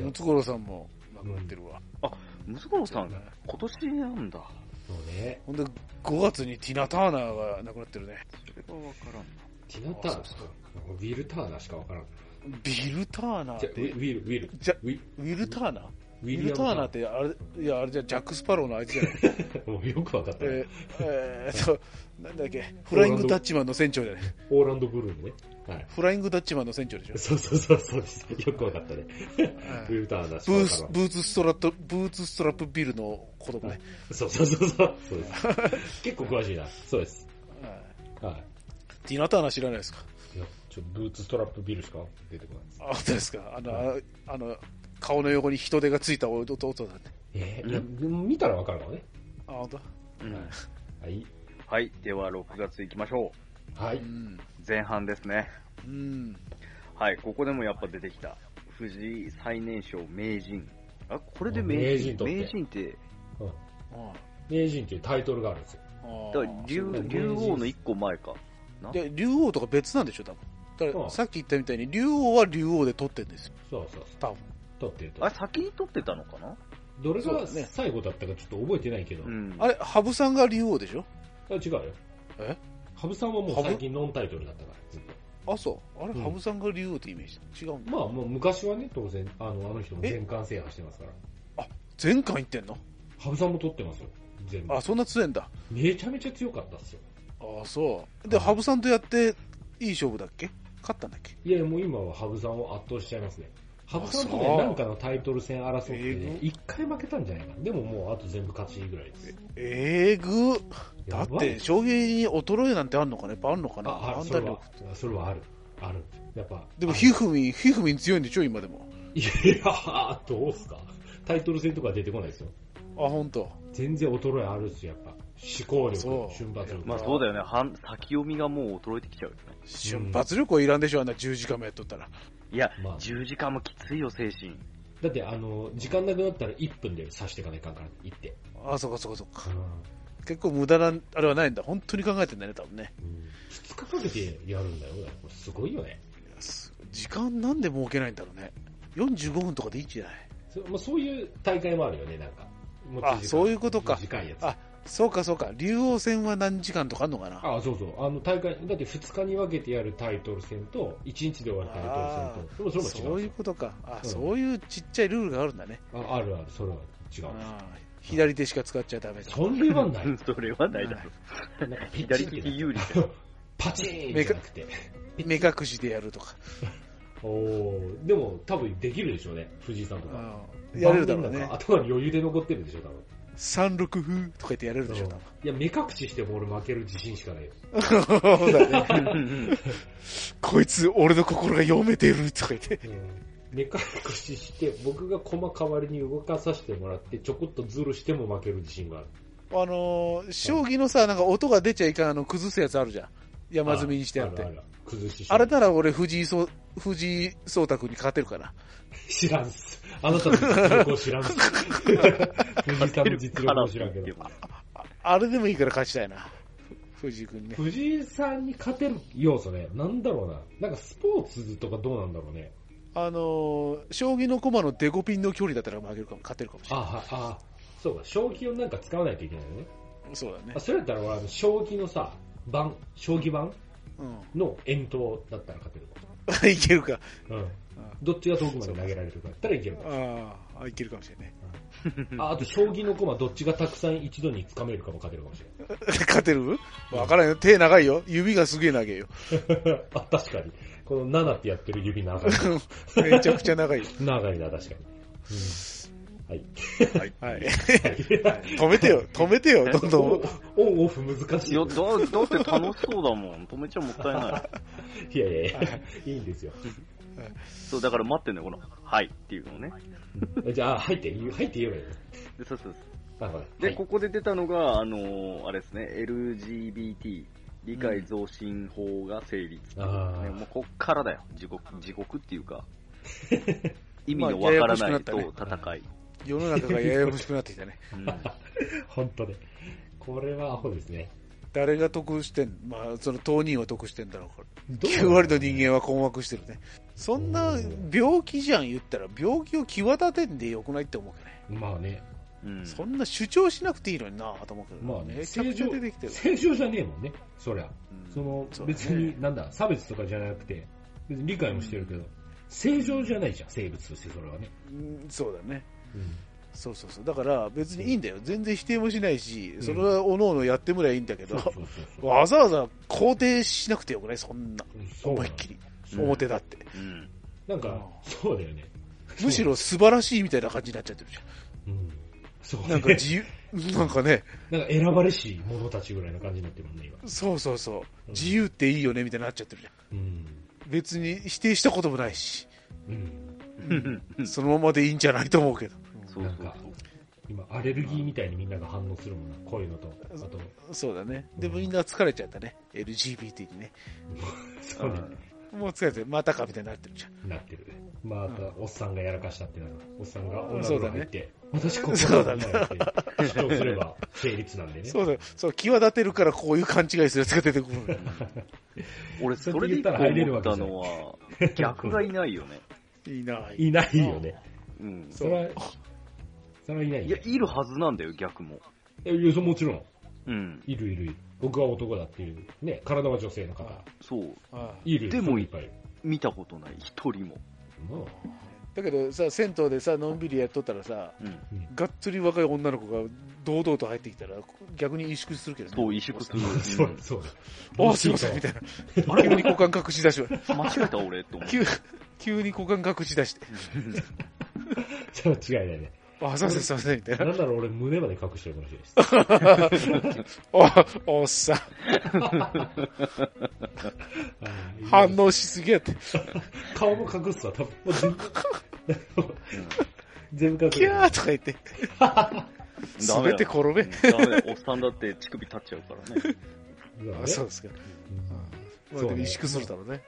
S1: ムツゴロウさんも亡くなってるわ。
S3: うん、あ、ムツゴロウさん、今年なんだ。
S2: そうね。
S1: ほんで、5月にティナ・ターナーが亡くなってるね。
S3: それはわからんな。
S2: ティナ・ターナーウィル・ターナーしかわからん。
S1: ビル・ターナー
S2: ってウィル、ウィル。
S1: じゃ、ウィル・ターナーウィリアム・ターナーってあれ、いや、あれじゃジャック・スパローの相手じゃない
S2: もうよくわかった、ね、
S1: えー、えー、と、なんだっけ、フライング・ダッチマンの船長じゃない
S2: オーランド・ブルーのね。はい、
S1: フライング・ダッチマンの船長でしょ
S2: そうそうそうそうよくわかったね。ウィルターナー
S1: ブース、ブーツストラップ、ブーツストラップビルの子供ね、はい。
S2: そうそうそうそう。そうです結構詳しいな。そうです。
S1: はい。ディナ・ターナー知らないですか
S2: いや、ちょブーツストラップビルしか出てこないです。
S1: あ、本当ですかあの、はい、あの、顔の横に人手がついた弟だね。
S2: えー、見たらわかるわね。
S1: あ、本当、うん、
S2: はい。
S3: はい。では、6月行きましょ
S2: う。はい。
S3: 前半ですね。
S1: うん。
S3: はい、ここでもやっぱ出てきた。藤井最年少名人。あ、これで名人名人って。
S2: うん。名人っていうタイトルがあるんですよ。
S3: だから竜、竜王の1個前か。
S1: で竜王とか別なんでしょ、多分。だからさっき言ったみたいに、竜王は竜王で取ってるんですよ。
S2: そうそう
S1: 多分。
S2: 取ってる
S3: あれ、先に取ってたのかな
S2: どれが最後だったかちょっと覚えてないけど。
S1: ねうん、あれ、羽生さんが竜王でしょ
S2: あ違うよ。
S1: え
S2: 羽生さんはもう最近ノンタイトルだったから、ずっ
S1: と。あ、そう。あれ、羽生さんが竜王ってイメージ違うん。
S2: まあ、もう昔はね、当然、あのあの人も全冠制覇してますから
S1: あ、全冠いってんの
S2: 羽生さんも取ってますよ。全部。
S1: あ、そんな強いんだ。
S2: めちゃめちゃ強かったっすよ。
S1: ああそうで羽生さんとやっていい勝負だっけ勝ったんだっけ
S2: いやもう今は羽生さんを圧倒しちゃいますね羽生さんとねなんかのタイトル戦争ってね、えー、1回負けたんじゃないかでももうあと全部勝ちぐらいです
S1: ええー、ぐだって将棋に衰えなんてあんのかねあんのかな
S2: ああそれはそれはあるあるやっぱ
S1: でもひふみひふみ強いんでしょ今でも
S2: いや (laughs) どうすかタイトル戦とか出てこないですよ
S1: あ本当。
S2: 全然衰えあるっすやっぱ思考力、瞬発力。
S3: まあそうだよね、先読みがもう衰えてきちゃうよね。
S1: 瞬発力はいらんでしょ、あんな10時間もやっとったら。
S3: いや、まあ、10時間もきついよ、精神。
S2: だって、あの、時間なくなったら1分で刺していかないかんから、行って。
S1: あ、そっかそっかそっか。結構無駄な、あれはないんだ。本当に考えてんだね、多分ね。
S2: 2日かけてやるんだよ、これすごいよね。
S1: 時間なんで設けないんだろうね。45分とかでいいんじゃない
S2: そ,、まあ、そういう大会もあるよね、なんか。
S1: あ、そういうことか。
S2: 短いやつ。
S1: あそうかそうか、竜王戦は何時間とかあるのかな
S2: あそうそう、あの大会、だって2日に分けてやるタイトル戦と、1日で終わるタイトル戦と、そ
S1: そういうことか、あ、うん、そういうちっちゃいルールがあるんだね。
S2: ああるある、それは違う。
S1: 左手しか使っちゃダメ
S2: それはない。
S3: (laughs) それはないだろ。なんか左
S1: (laughs)
S3: 利有利だよ。
S2: (laughs) パチーンじゃなくて。
S1: 目隠しでやるとか。
S2: おでも多分できるでしょうね、藤井さんとか。
S1: やれるだろうね。
S2: 頭に余裕で残ってるでしょ、多分。
S1: 三六風とか言ってやれるでしょ、 (laughs)
S2: いや、目隠ししても俺負ける自信しかないよ。
S1: こいつ、俺の心が読めてるとか言って。
S2: 目隠しして、僕が駒代わりに動かさせてもらって、ちょこっとズルしても負ける自信がある。
S1: あのー、将棋のさ、なんか音が出ちゃいかん、あの、崩すやつあるじゃん。山積みにしてあって。あ
S2: 崩し
S1: あれなら俺、藤井聡藤井聡太君に勝てるかな。
S2: 知らんっす。あなたの実力を
S1: (laughs)
S2: 知らんっす。藤井さんの実力を知らんけど。
S1: あれでもいいから勝ちたいな。藤井君ね。
S2: 藤井さんに勝てる要素ね。なんだろうな。なんかスポーツとかどうなんだろうね。
S1: あのー、将棋の駒のデコピンの距離だったら負けるかも、勝てるかもしれない。
S2: ああ、そうか。将棋をなんか使わないといけないよね。
S1: そうだね。
S2: あそれだったら俺、将棋のさ、盤、将棋盤、うん、の遠投だったら勝てるか
S1: (laughs)
S2: も。
S1: いけるか。
S2: うん。どっちが遠くまで投げられるかだったらいけるか
S1: ああ、いけるかもしれない。
S2: ああと、将棋の駒どっちがたくさん一度につかめるかも勝てるかもしれない。
S1: 勝てるわからんよ。手長いよ。指がすげえ長いよ。
S2: あ、確かに。この7ってやってる指長い。
S1: めちゃくちゃ長いよ。
S2: 長いな、確かに。はい。
S1: はい。止めてよ、止めてよ、 (laughs) どんどん。
S2: オンオフ難しい。。
S3: いや、だだって楽しそうだもん。止めちゃもったいない
S2: いやいやいや、いいんですよ。
S3: そう、だから待ってんだよ、この、はいっていうのね。
S2: じゃあ、はいって言う、はいって言えばいい
S3: のそうそうそう。で、ここで出たのが、あのあれですね、LGBT。理解増進法が成立、ね。もうこっからだよ。地獄、地獄っていうか、意味のわからないと戦い。
S1: 世の中がややこしくなってきたね。
S2: うん、本当ね。これはアホですね。
S1: 誰が得してん、まあ、その当人は得してんだろうから。9割の人間は困惑してるね。そんな病気じゃん言ったら、病気を際立てんでよくないって思うけど
S2: ね。まあね。
S1: うん、 (laughs) そんな主張しなくていいのになぁと思うけど、
S2: まあね、正常出てきてる正常じゃねえもんね、そりゃ。うん、その、そね、別に、なんだ、差別とかじゃなくて、別に理解もしてるけど、正常じゃないじゃん、生物としてそれはね。
S1: うん、そうだね。そうそうそうだから別にいいんだよ、全然否定もしないし、それはおのおのやってもらえばいいんだけど、わざわざ肯定しなくてよくない、そんな、思いっきり、表だって。
S2: なんか、そうだよね。
S1: むしろ素晴らしいみたいな感じになっちゃってるじ
S2: ゃん。うんそう
S1: なんか自由、なんかね。
S2: (laughs) なんか選ばれし者たちぐらいな感じになってるもんね、今。
S1: そうそうそう。自由っていいよね、みたいになっちゃってるじゃん。うん、別に否定したこともないし。うん、そのままでいいんじゃないと思うけど。
S2: そうなんか、今、アレルギーみたいにみんなが反応するもんな、こういうのと。あと
S1: そうだね。でもみんな疲れちゃったね。LGBT にね。
S2: そうだね。
S1: もう疲れて、またかみたいになってるじゃ
S2: ん。なってる。また、おっさんがやらかしたってなる。おっさんが女風呂入って、ね、私ここ
S1: そうだね。
S2: 主張すれば成立なんでね。。
S1: そうだそう、際立てるからこういう勘違いするやつが出てくる。
S3: 俺、それで一個思ったのは、逆がいないよね。
S1: (laughs) いない
S2: いないよね。
S3: うん。
S2: それは、それはいない、
S3: ね。いや、いるはずなんだよ、逆も。
S2: いや、いやもちろん。
S3: うん。
S2: いるいるいる。僕は男だっていう、ね、体は女性の方。
S3: そう。
S2: いる。
S3: でも、見たことない、一人も。
S1: だけどさ、銭湯でさ、のんびりやっとったらさ、がっつり若い女の子が堂々と入ってきたら、逆に萎縮するけどね。
S3: そう、萎縮する。
S2: そう、そう。
S1: あ、すいません、みたい (laughs) な。急に股間隠し出し
S3: 間違えた俺、と思
S1: (laughs) 急急に股間隠し出して。
S2: そう、違いないね。
S1: あ、すいません、すいません、みたい (laughs) な。
S2: なんだろう、俺、胸まで隠してるかもし
S1: れないです。お、おっさん。 (laughs) 反応しすぎやって。
S2: 顔も隠すわ、多分。全部隠す。
S1: キャーとか言って。すべて転べ。
S3: ダメおっさんだって乳首立っちゃうから
S1: ね。そうですか。まあ、でも萎縮するだろうね。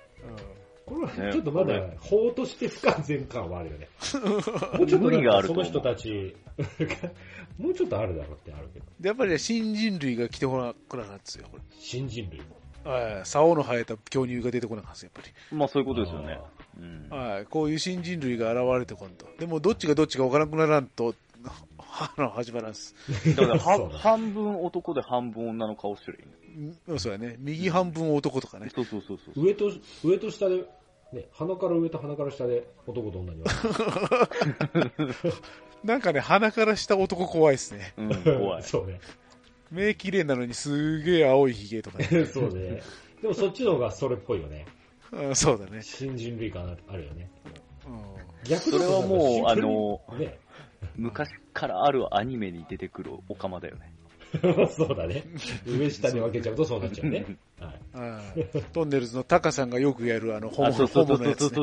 S2: これはちょっとまだ法として不完全感はある
S3: (laughs)
S2: よね。もうちょっとその人たち、 (laughs) もうちょっとあるだろうってあるけど。
S1: やっぱりね、新人類が来てこなくなかったですよ、これ。
S2: 新人類。
S1: はい、竿の生えた恐乳が出てこなかったです、やっぱ
S3: り。 (laughs) まあそういうことですよね。
S1: はい、こういう新人類が現れてこんと。でもどっちがどっちか分からなくならんと、 (laughs) あの、始まらんす。
S3: だから半分男で半分女の顔してる
S1: うん、そうやね。右半分男とかね。
S3: そうそうそうそう
S2: 上と、上と下で、ね、鼻から上と鼻から下で男と女には。
S1: なんかね、鼻から下男怖いですね。
S3: うん、怖い。
S2: (laughs) そうね。
S1: 目綺麗なのにすげえ青いひげとか (laughs)
S2: ね。そうね。でもそっちの方がそれっぽいよね。
S1: うん、そうだね。
S2: 新人類感あるよね。
S3: うん、逆それはもう、あの、ね、昔からあるアニメに出てくるオカマだよね。
S2: そうだね。 (laughs) 上下に分けちゃうとそうなっちゃうね。
S1: はい、トンネルズのタカさんがよくやるあの、ホモのやつ、ね。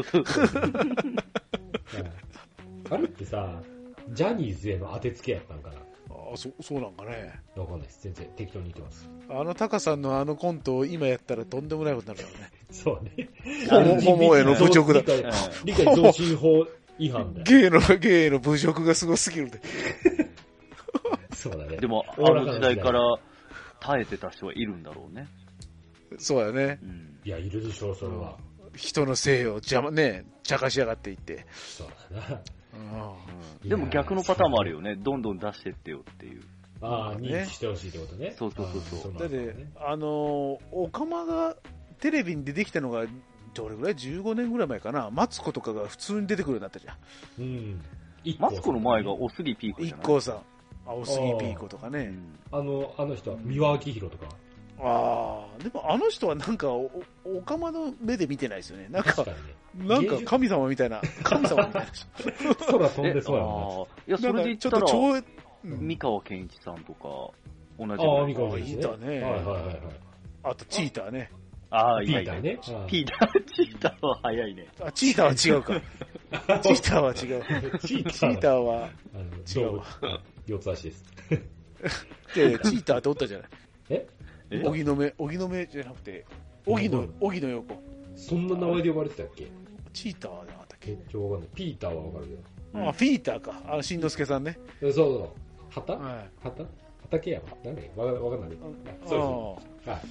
S2: あれってさ、ジャニーズへの当てつけやったんかな。
S1: あそそうなんかね。
S2: わかんないです。全然適当に言ってます。
S1: あのタカさんのあのコントを今やったらとんでもないことになるからね。
S2: そうね。
S1: ホモへの侮辱だ。
S2: 理解増進法違反だ。
S1: ゲイの、ゲイの侮辱がすごすぎるで。
S2: そうだね。
S3: でも、あの時代から耐えてた人はいるんだろうね。
S1: そうだね。
S2: いや、いるでしょう、それは。
S1: 人のせいを邪魔、ね、茶化しやがっていって。
S2: そうだな。
S3: でも逆のパターンもあるよね。どんどん出してってよっていう。
S2: ああ、認知してほしいってことね。
S3: そうそうそうそう。
S1: だって、あの、オカマがテレビに出てきたのが、どれぐらい ?15 年ぐらい前かな。マツコとかが普通に出てくるようになったじゃ
S2: ん。うん。
S3: マツコの前がおすぎピーコ
S1: じゃない ?IKKO さん。青杉ピーコとかね。
S2: あの、あの人は、三輪明宏とか。
S1: ああ、でもあの人はなんかお、おかまの目で見てないですよね。なんか、かね、なんか神様みたいな、神様みたいな
S2: 人。空飛んでそうやも
S3: んいや、それでちょっと超え、三河健一さんとか、同じあ
S2: あ、三河健
S1: 一さん。いたね。
S2: はいはいはい。
S1: あと、チーターね。
S3: ああ、
S2: ピーターね。
S3: ピーター、チーターは早いね。
S1: あ、チーターは違うか。チーターは違う。チーターは、違うわ。
S2: 四つ足です。
S1: で、チーターっておったじゃない。
S2: え
S1: 荻野目、荻野目じゃなくて、荻野、荻野横。
S2: そんな名前で呼ばれてたっけ
S1: チーターはなかったっけ
S2: ちょ、わかんない。ピーターはわかる
S1: よ。あ、ピーターか。あ、しんのすけさんね。
S2: そうそう。旗旗畑山誰わかわかんない。そ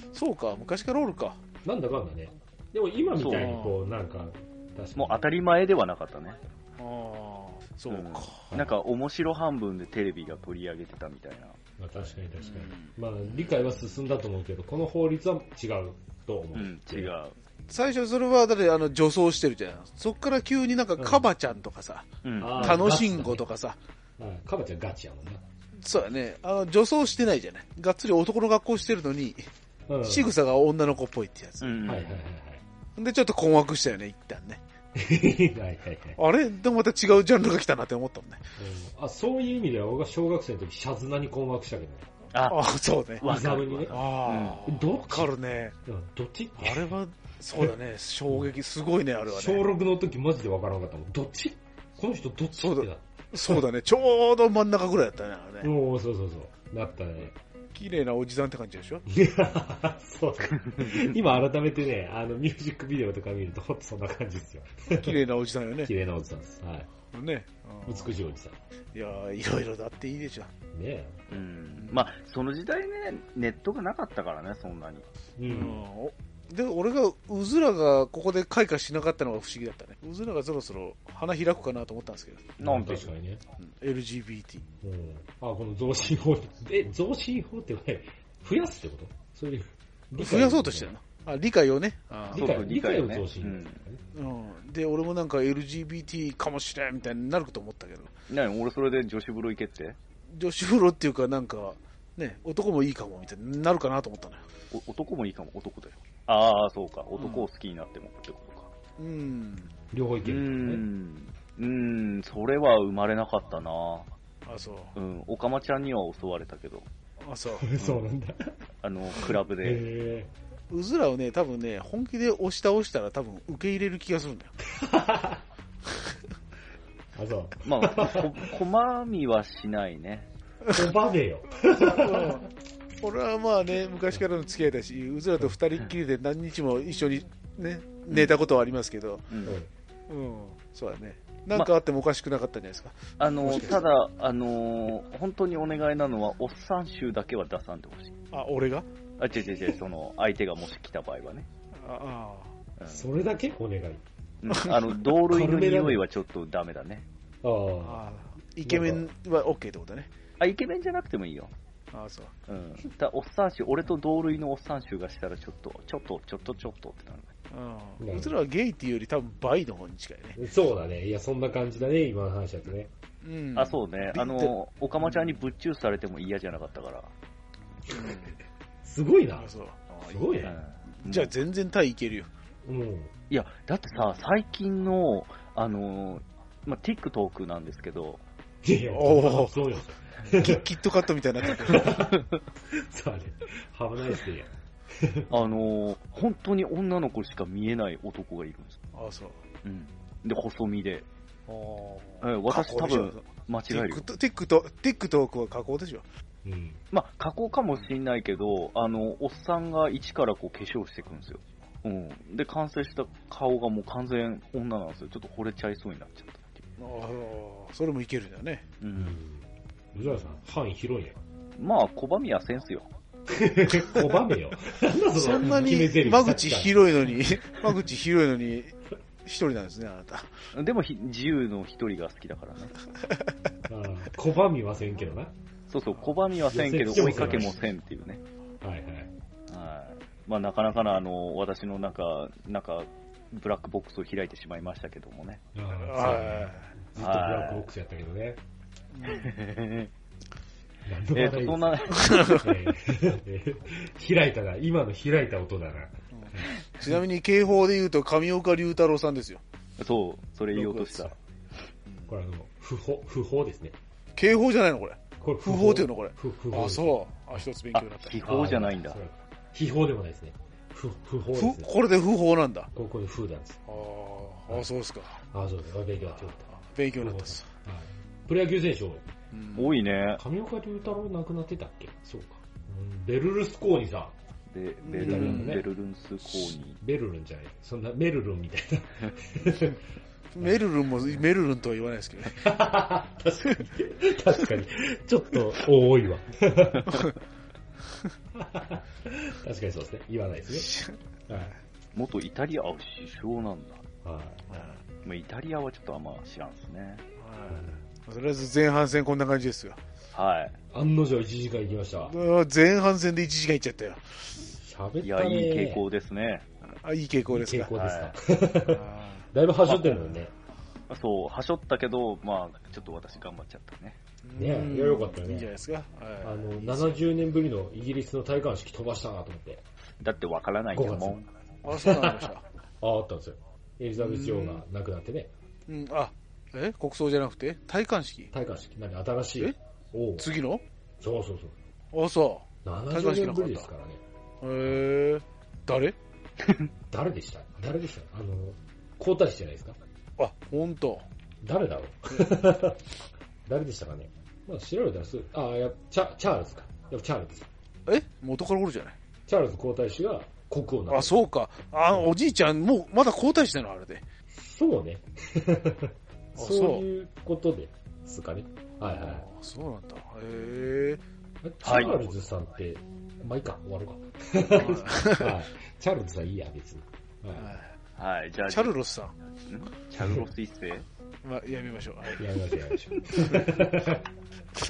S2: う
S1: そうか、昔からおるか。
S2: なんだかんだね。でも今みたいにこう、なんか、
S3: もう当たり前ではなかったね。
S1: ああ。そうか、
S3: うん、なんか面白半分でテレビが取り上げてたみたいな。、
S2: まあ、確かに確かに。まあ理解は進んだと思うけど、この法律は違うと思う。うん
S3: 違う。
S1: 最初それはだってあの女装してるじゃん。そっから急になんかカバちゃんとかさ、うん、楽しんごとかさ、
S2: はい、カバちゃんガチやもんな。
S1: そうだね。あの、女装してないじゃない。がっつり男の学校してるのに、
S2: うん
S1: 仕草が女の子っぽいってやつ。
S3: うん
S2: はいはいはい (laughs)
S1: で、ちょっと困惑したよね、一旦ね。
S2: はい。はいはいはい。
S1: あれでもまた違うジャンルが来たなって思ったもんね。
S2: うんあ、そういう意味では僕は小学生の時、シャズナに困惑したけどね。
S1: あ
S3: あ、
S1: そうね。
S3: わ
S2: イザ
S3: か
S2: ムにね
S3: る。
S1: ああ、
S2: うんどっ
S1: わかるね。
S2: うんどっち
S1: あれは、そうだね。衝撃、すごいね、あれは
S2: 小
S1: ね。
S2: 6の時マジでわからなかったもん。どっちこの人どっち
S1: そう
S2: っ
S1: だ
S2: てなっ
S1: そうだね。ちょうど真ん中ぐらいだったね、あれ
S2: た。
S1: ね。
S2: もうそうそうそう。なったね。
S1: 綺麗なおじさんって感じでしょ
S2: いや (laughs) そう今改めてね、あの、ミュージックビデオとか見ると、ほんとそんな感じです (laughs) よ。
S1: 綺麗なおじさんよね
S2: (laughs) 綺。麗なおじさんです。はい。
S1: ね。うん
S2: 美しいおじさん。ね
S1: いやーいろいろだっていいでしょ。
S2: え。
S3: うん。まあ、その時代ね、ネットがなかったからね、そんなに。
S2: う
S1: うん
S2: ん。
S1: おで、俺が、うずらがここで開花しなかったのが不思議だったね。うずらがそろそろ花開くかなと思ったんですけど、
S3: なんで
S2: 確かにね。
S1: うん LGBT。
S2: うん。あ、この増進法。え、増進法ってこれ、増やすってことそういう。
S1: 増やそうとしてる
S2: な
S1: な。あ理解をね、あ
S2: 理
S3: そうそう
S2: 解、理解を
S3: 理解をね
S2: 増進。
S1: うん。で、俺もなんか LGBT かもしれんみたいになると思ったけど、
S3: なに、俺それで女子風呂行けって
S1: 女子風呂っていうか、なんか、ね、男もいいかもみたいになるかなと思ったのよ。
S3: お男もいいかも、男だよ。ああ、そうか。男を好きになってもってことか。
S1: うん。
S2: 両方いうけ
S3: ー
S2: るってことね。
S3: ん。うーん、それは生まれなかったな
S1: あ、そう。
S3: うん、おかまちゃんには襲われたけど、
S1: あ、そう。
S2: (laughs) そうなんだ。
S3: あの、クラブで。
S2: へ
S1: うずらをね、多分ね、本気で押し倒したら多分受け入れる気がするんだよ。
S2: ーあ、そう。
S3: まあ、こ、こまみはしないね。
S2: おばべよ。
S1: うん俺はまあね、昔からの付き合いだし、うずらと二人っきりで何日も一緒にね、寝たことはありますけど、
S3: う
S2: うんん。
S1: うん、そうだね。なんかあってもおかしくなかったんじゃないですか。
S3: あ
S1: も
S3: の、
S1: しかした
S3: だ、あのー、本当にお願いなのは、おっさん集だけは出さんでほしい。
S1: あ、俺が
S3: あ、違う違
S1: (laughs)
S3: う違う、その、相手がもし来た場合はね。
S1: あ
S3: うん
S2: それだけお願い。
S1: (laughs)
S3: うんあの、同類の匂いはちょっとダメだね。
S1: あ
S2: ああ。
S1: ああ、イケメンは OK ってことね。
S3: あ、イケメンじゃなくてもいいよ。
S1: ああ、そう。
S3: うん。だおっさん集、俺と同類のおっさん集がしたら、ちょっと、ちょっと、ちょっと、ちょっとってなるね。
S1: うん、うずらはゲイっていうより多分バイの方に近いね。
S2: そうだね。いや、そんな感じだね、今の話だとね。
S1: うん、
S3: あ、そうね。
S1: ビン
S3: あ
S1: って
S3: の、おかまちゃんにぶっちゅうされても嫌じゃなかったから。
S2: すごい
S1: あ
S2: な。
S1: そう。あ
S2: すごいね。
S3: うん
S1: じゃあ
S3: も
S1: 全然タイいけるよ。
S2: うん。
S3: ういや、だってさ、最近の、あの、まあ、TikTok なんですけど、
S2: いやいや、
S1: おー
S2: そうよ。
S1: キットカットみたいになってる。
S2: そうね。ハブナイスでいいや。
S3: あの、本当に女の子しか見えない男がいるんです。
S1: ああ、そう。
S3: うん。で、細身で。
S1: あ
S3: え私多分、間違え
S1: ティ
S3: る
S1: ッ
S3: よ
S1: ク。トティックトティックトークは加工でしょ。
S2: うん。
S3: まあ、加工かもしんないけど、あの、おっさんが一からこう化粧していくんですよ。うん。で、完成した顔がもう完全女なんですよ。ちょっと惚れちゃいそうになっちゃった。
S1: ああ、それもいけるんだよね。
S3: う。
S2: うんん。うずらさん、範囲広いね。
S3: まあ、小バミはセンスよ。
S2: おばべよ。
S1: そんなに間口広いのに、 (laughs) 間口広いのに、一人なんですね、あなた。
S3: でもひ自由の一人が好きだからね。
S2: 小ばみはせんけどな。
S3: そうそう、拒みはせんけど
S2: いや
S3: 追いかけもせんっていうね。
S2: はいはい。
S3: はい。まあなかなかな、あの、私のなんか、なんか、ブラックボックスを開いてしまいましたけどもね。
S2: あ
S1: は
S2: ーそうねずっとブラックボックスやったけどね。
S3: えっと、そんな、
S2: 開いたな。今の開いた音だな。
S1: いちなみに警報で言うと、上岡龍太郎さんですよ。
S3: そう、それ言おうとした。
S2: これあの、不法、不法ですね。
S1: 警報じゃないの、これ。
S2: これ
S1: 不法っていうの、これ。
S2: 不不法。
S1: あ、そう。あ、一つ勉強になっ
S3: あ
S1: た。
S3: 秘宝じゃないんだ
S2: あ。。そう秘宝でもないですね。不、不法ですね
S1: ふ。これで不法なんだ。
S2: ここで風なんです。
S1: あーあ、そうですか。
S2: あ、そうです。勉強だ。そう
S1: 勉強になったっす。
S2: だはいプロ野球選手を、
S1: うん
S3: 多いね。
S2: 上岡龍太郎亡くなってたっけそうか。うんベルルスコーニさん。
S3: で、ベ
S1: う
S3: ルル
S1: ん
S3: ン、ベルルンスコーニ
S2: ベルルンじゃない。そんな、メルルンみたいな。
S1: メルルンも、メルルンとは言わないですけどね。
S2: (laughs) 確かに。確かに。ちょっと多いわ。 (laughs) 確かにそうですね。言わないですね。はい。
S3: 元イタリアは首相なんだ。
S2: は
S3: まあ、イタリアはちょっとあんま知らんですね。
S1: はいとりあえず前半戦こんな感じですよ。
S3: はい。
S2: い。案の定1時間行きました。
S1: うわ前半戦で1時間いっちゃったよ。
S2: 喋ったね。
S3: いや、いい傾向ですね。
S1: あいい傾向です
S2: 傾
S1: か。
S2: 向ですか。
S1: あ
S2: だいぶ端折ってるのね。
S3: そう、はしょったけど、まあ、ちょっと私頑張っちゃったね。
S2: ねいや、よかったね。
S1: いいんじゃないですか。
S2: あの、70年ぶりのイギリスの戴冠式飛ばしたなと思って。
S3: だってわからないんだもん。
S1: あ、そうなんでした。あ、
S2: あったんですよ。エリザベス女王が亡くなってね。
S1: うん、あ、え国葬じゃなくて戴冠式
S2: 戴冠式。何新しい。
S1: お次の
S2: そうそう。
S1: そう。あ、そう
S2: 70年ぶりですからね。
S1: へえ。誰
S2: 誰でした誰でしたあの、皇太子じゃないですか
S1: あ、ほんと。
S2: 誰だろう (laughs) 誰でしたかねまあ、調べたらすぐ、あ、やチャ、チャールズか。やっぱチャールズ。
S1: え元からおるじゃない
S2: チャールズ皇太子が国王な
S1: あ、そうか。あ、おじいちゃん、もう、まだ皇太子なのあれで。
S2: そうね。そういうことですかね。はいはい。
S1: そうなんだ。へえ。
S2: チャールズさんって、まあいいか、終わろうか。 (laughs) はい、チャールズさんいいや、別に。、
S3: はい、はい、じゃあ。
S1: チャルロスさん。
S3: チャルロス一世
S1: まあ、やめましょう。はい
S2: やめましょう、やめましょ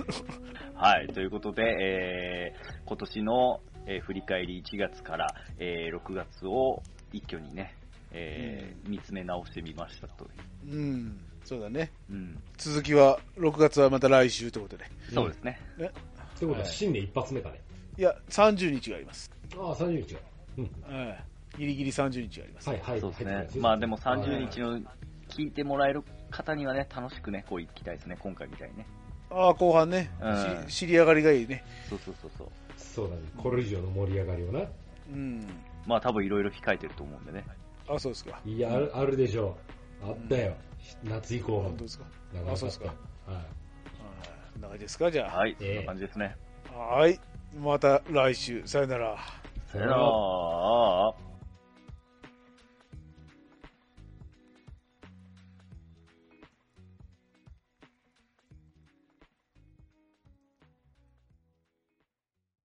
S2: う。
S3: はい、ということで、えー、今年の、えー、振り返り1月から、えー、6月を一挙にね、えー、うん、見つめ直してみましたと
S1: う。うん、そうだね。
S3: うん、
S1: 続きは、6月はまた来週ということで。
S3: そうですね。
S1: ね
S2: ということは、新年一発目かね。
S1: いや、30日があります。
S2: ああ、30日が。うん。
S1: ギリギリ30日があります。
S2: はいはい。
S3: そうですね。まあでも30日の聞いてもらえる方にはね、楽しくね、こう行きたいですね、今回みたいにね。
S1: ああ、後半ね、うん、知り上がりがいいね。
S3: そうそうそうそう。
S2: そうだね。これ以上の盛り上がりをな。
S1: うん。
S3: まあ多分いろいろ控えてると思うんでね。
S1: あそうですか。
S2: いや、あるでしょう。あったよ。夏以降。
S1: 本当ですか。あそうですか。。
S2: はい
S1: 長いですか、じゃ
S3: あ。はい、そんな感じですね。
S1: はい。また来週。さよなら。
S3: さよなら。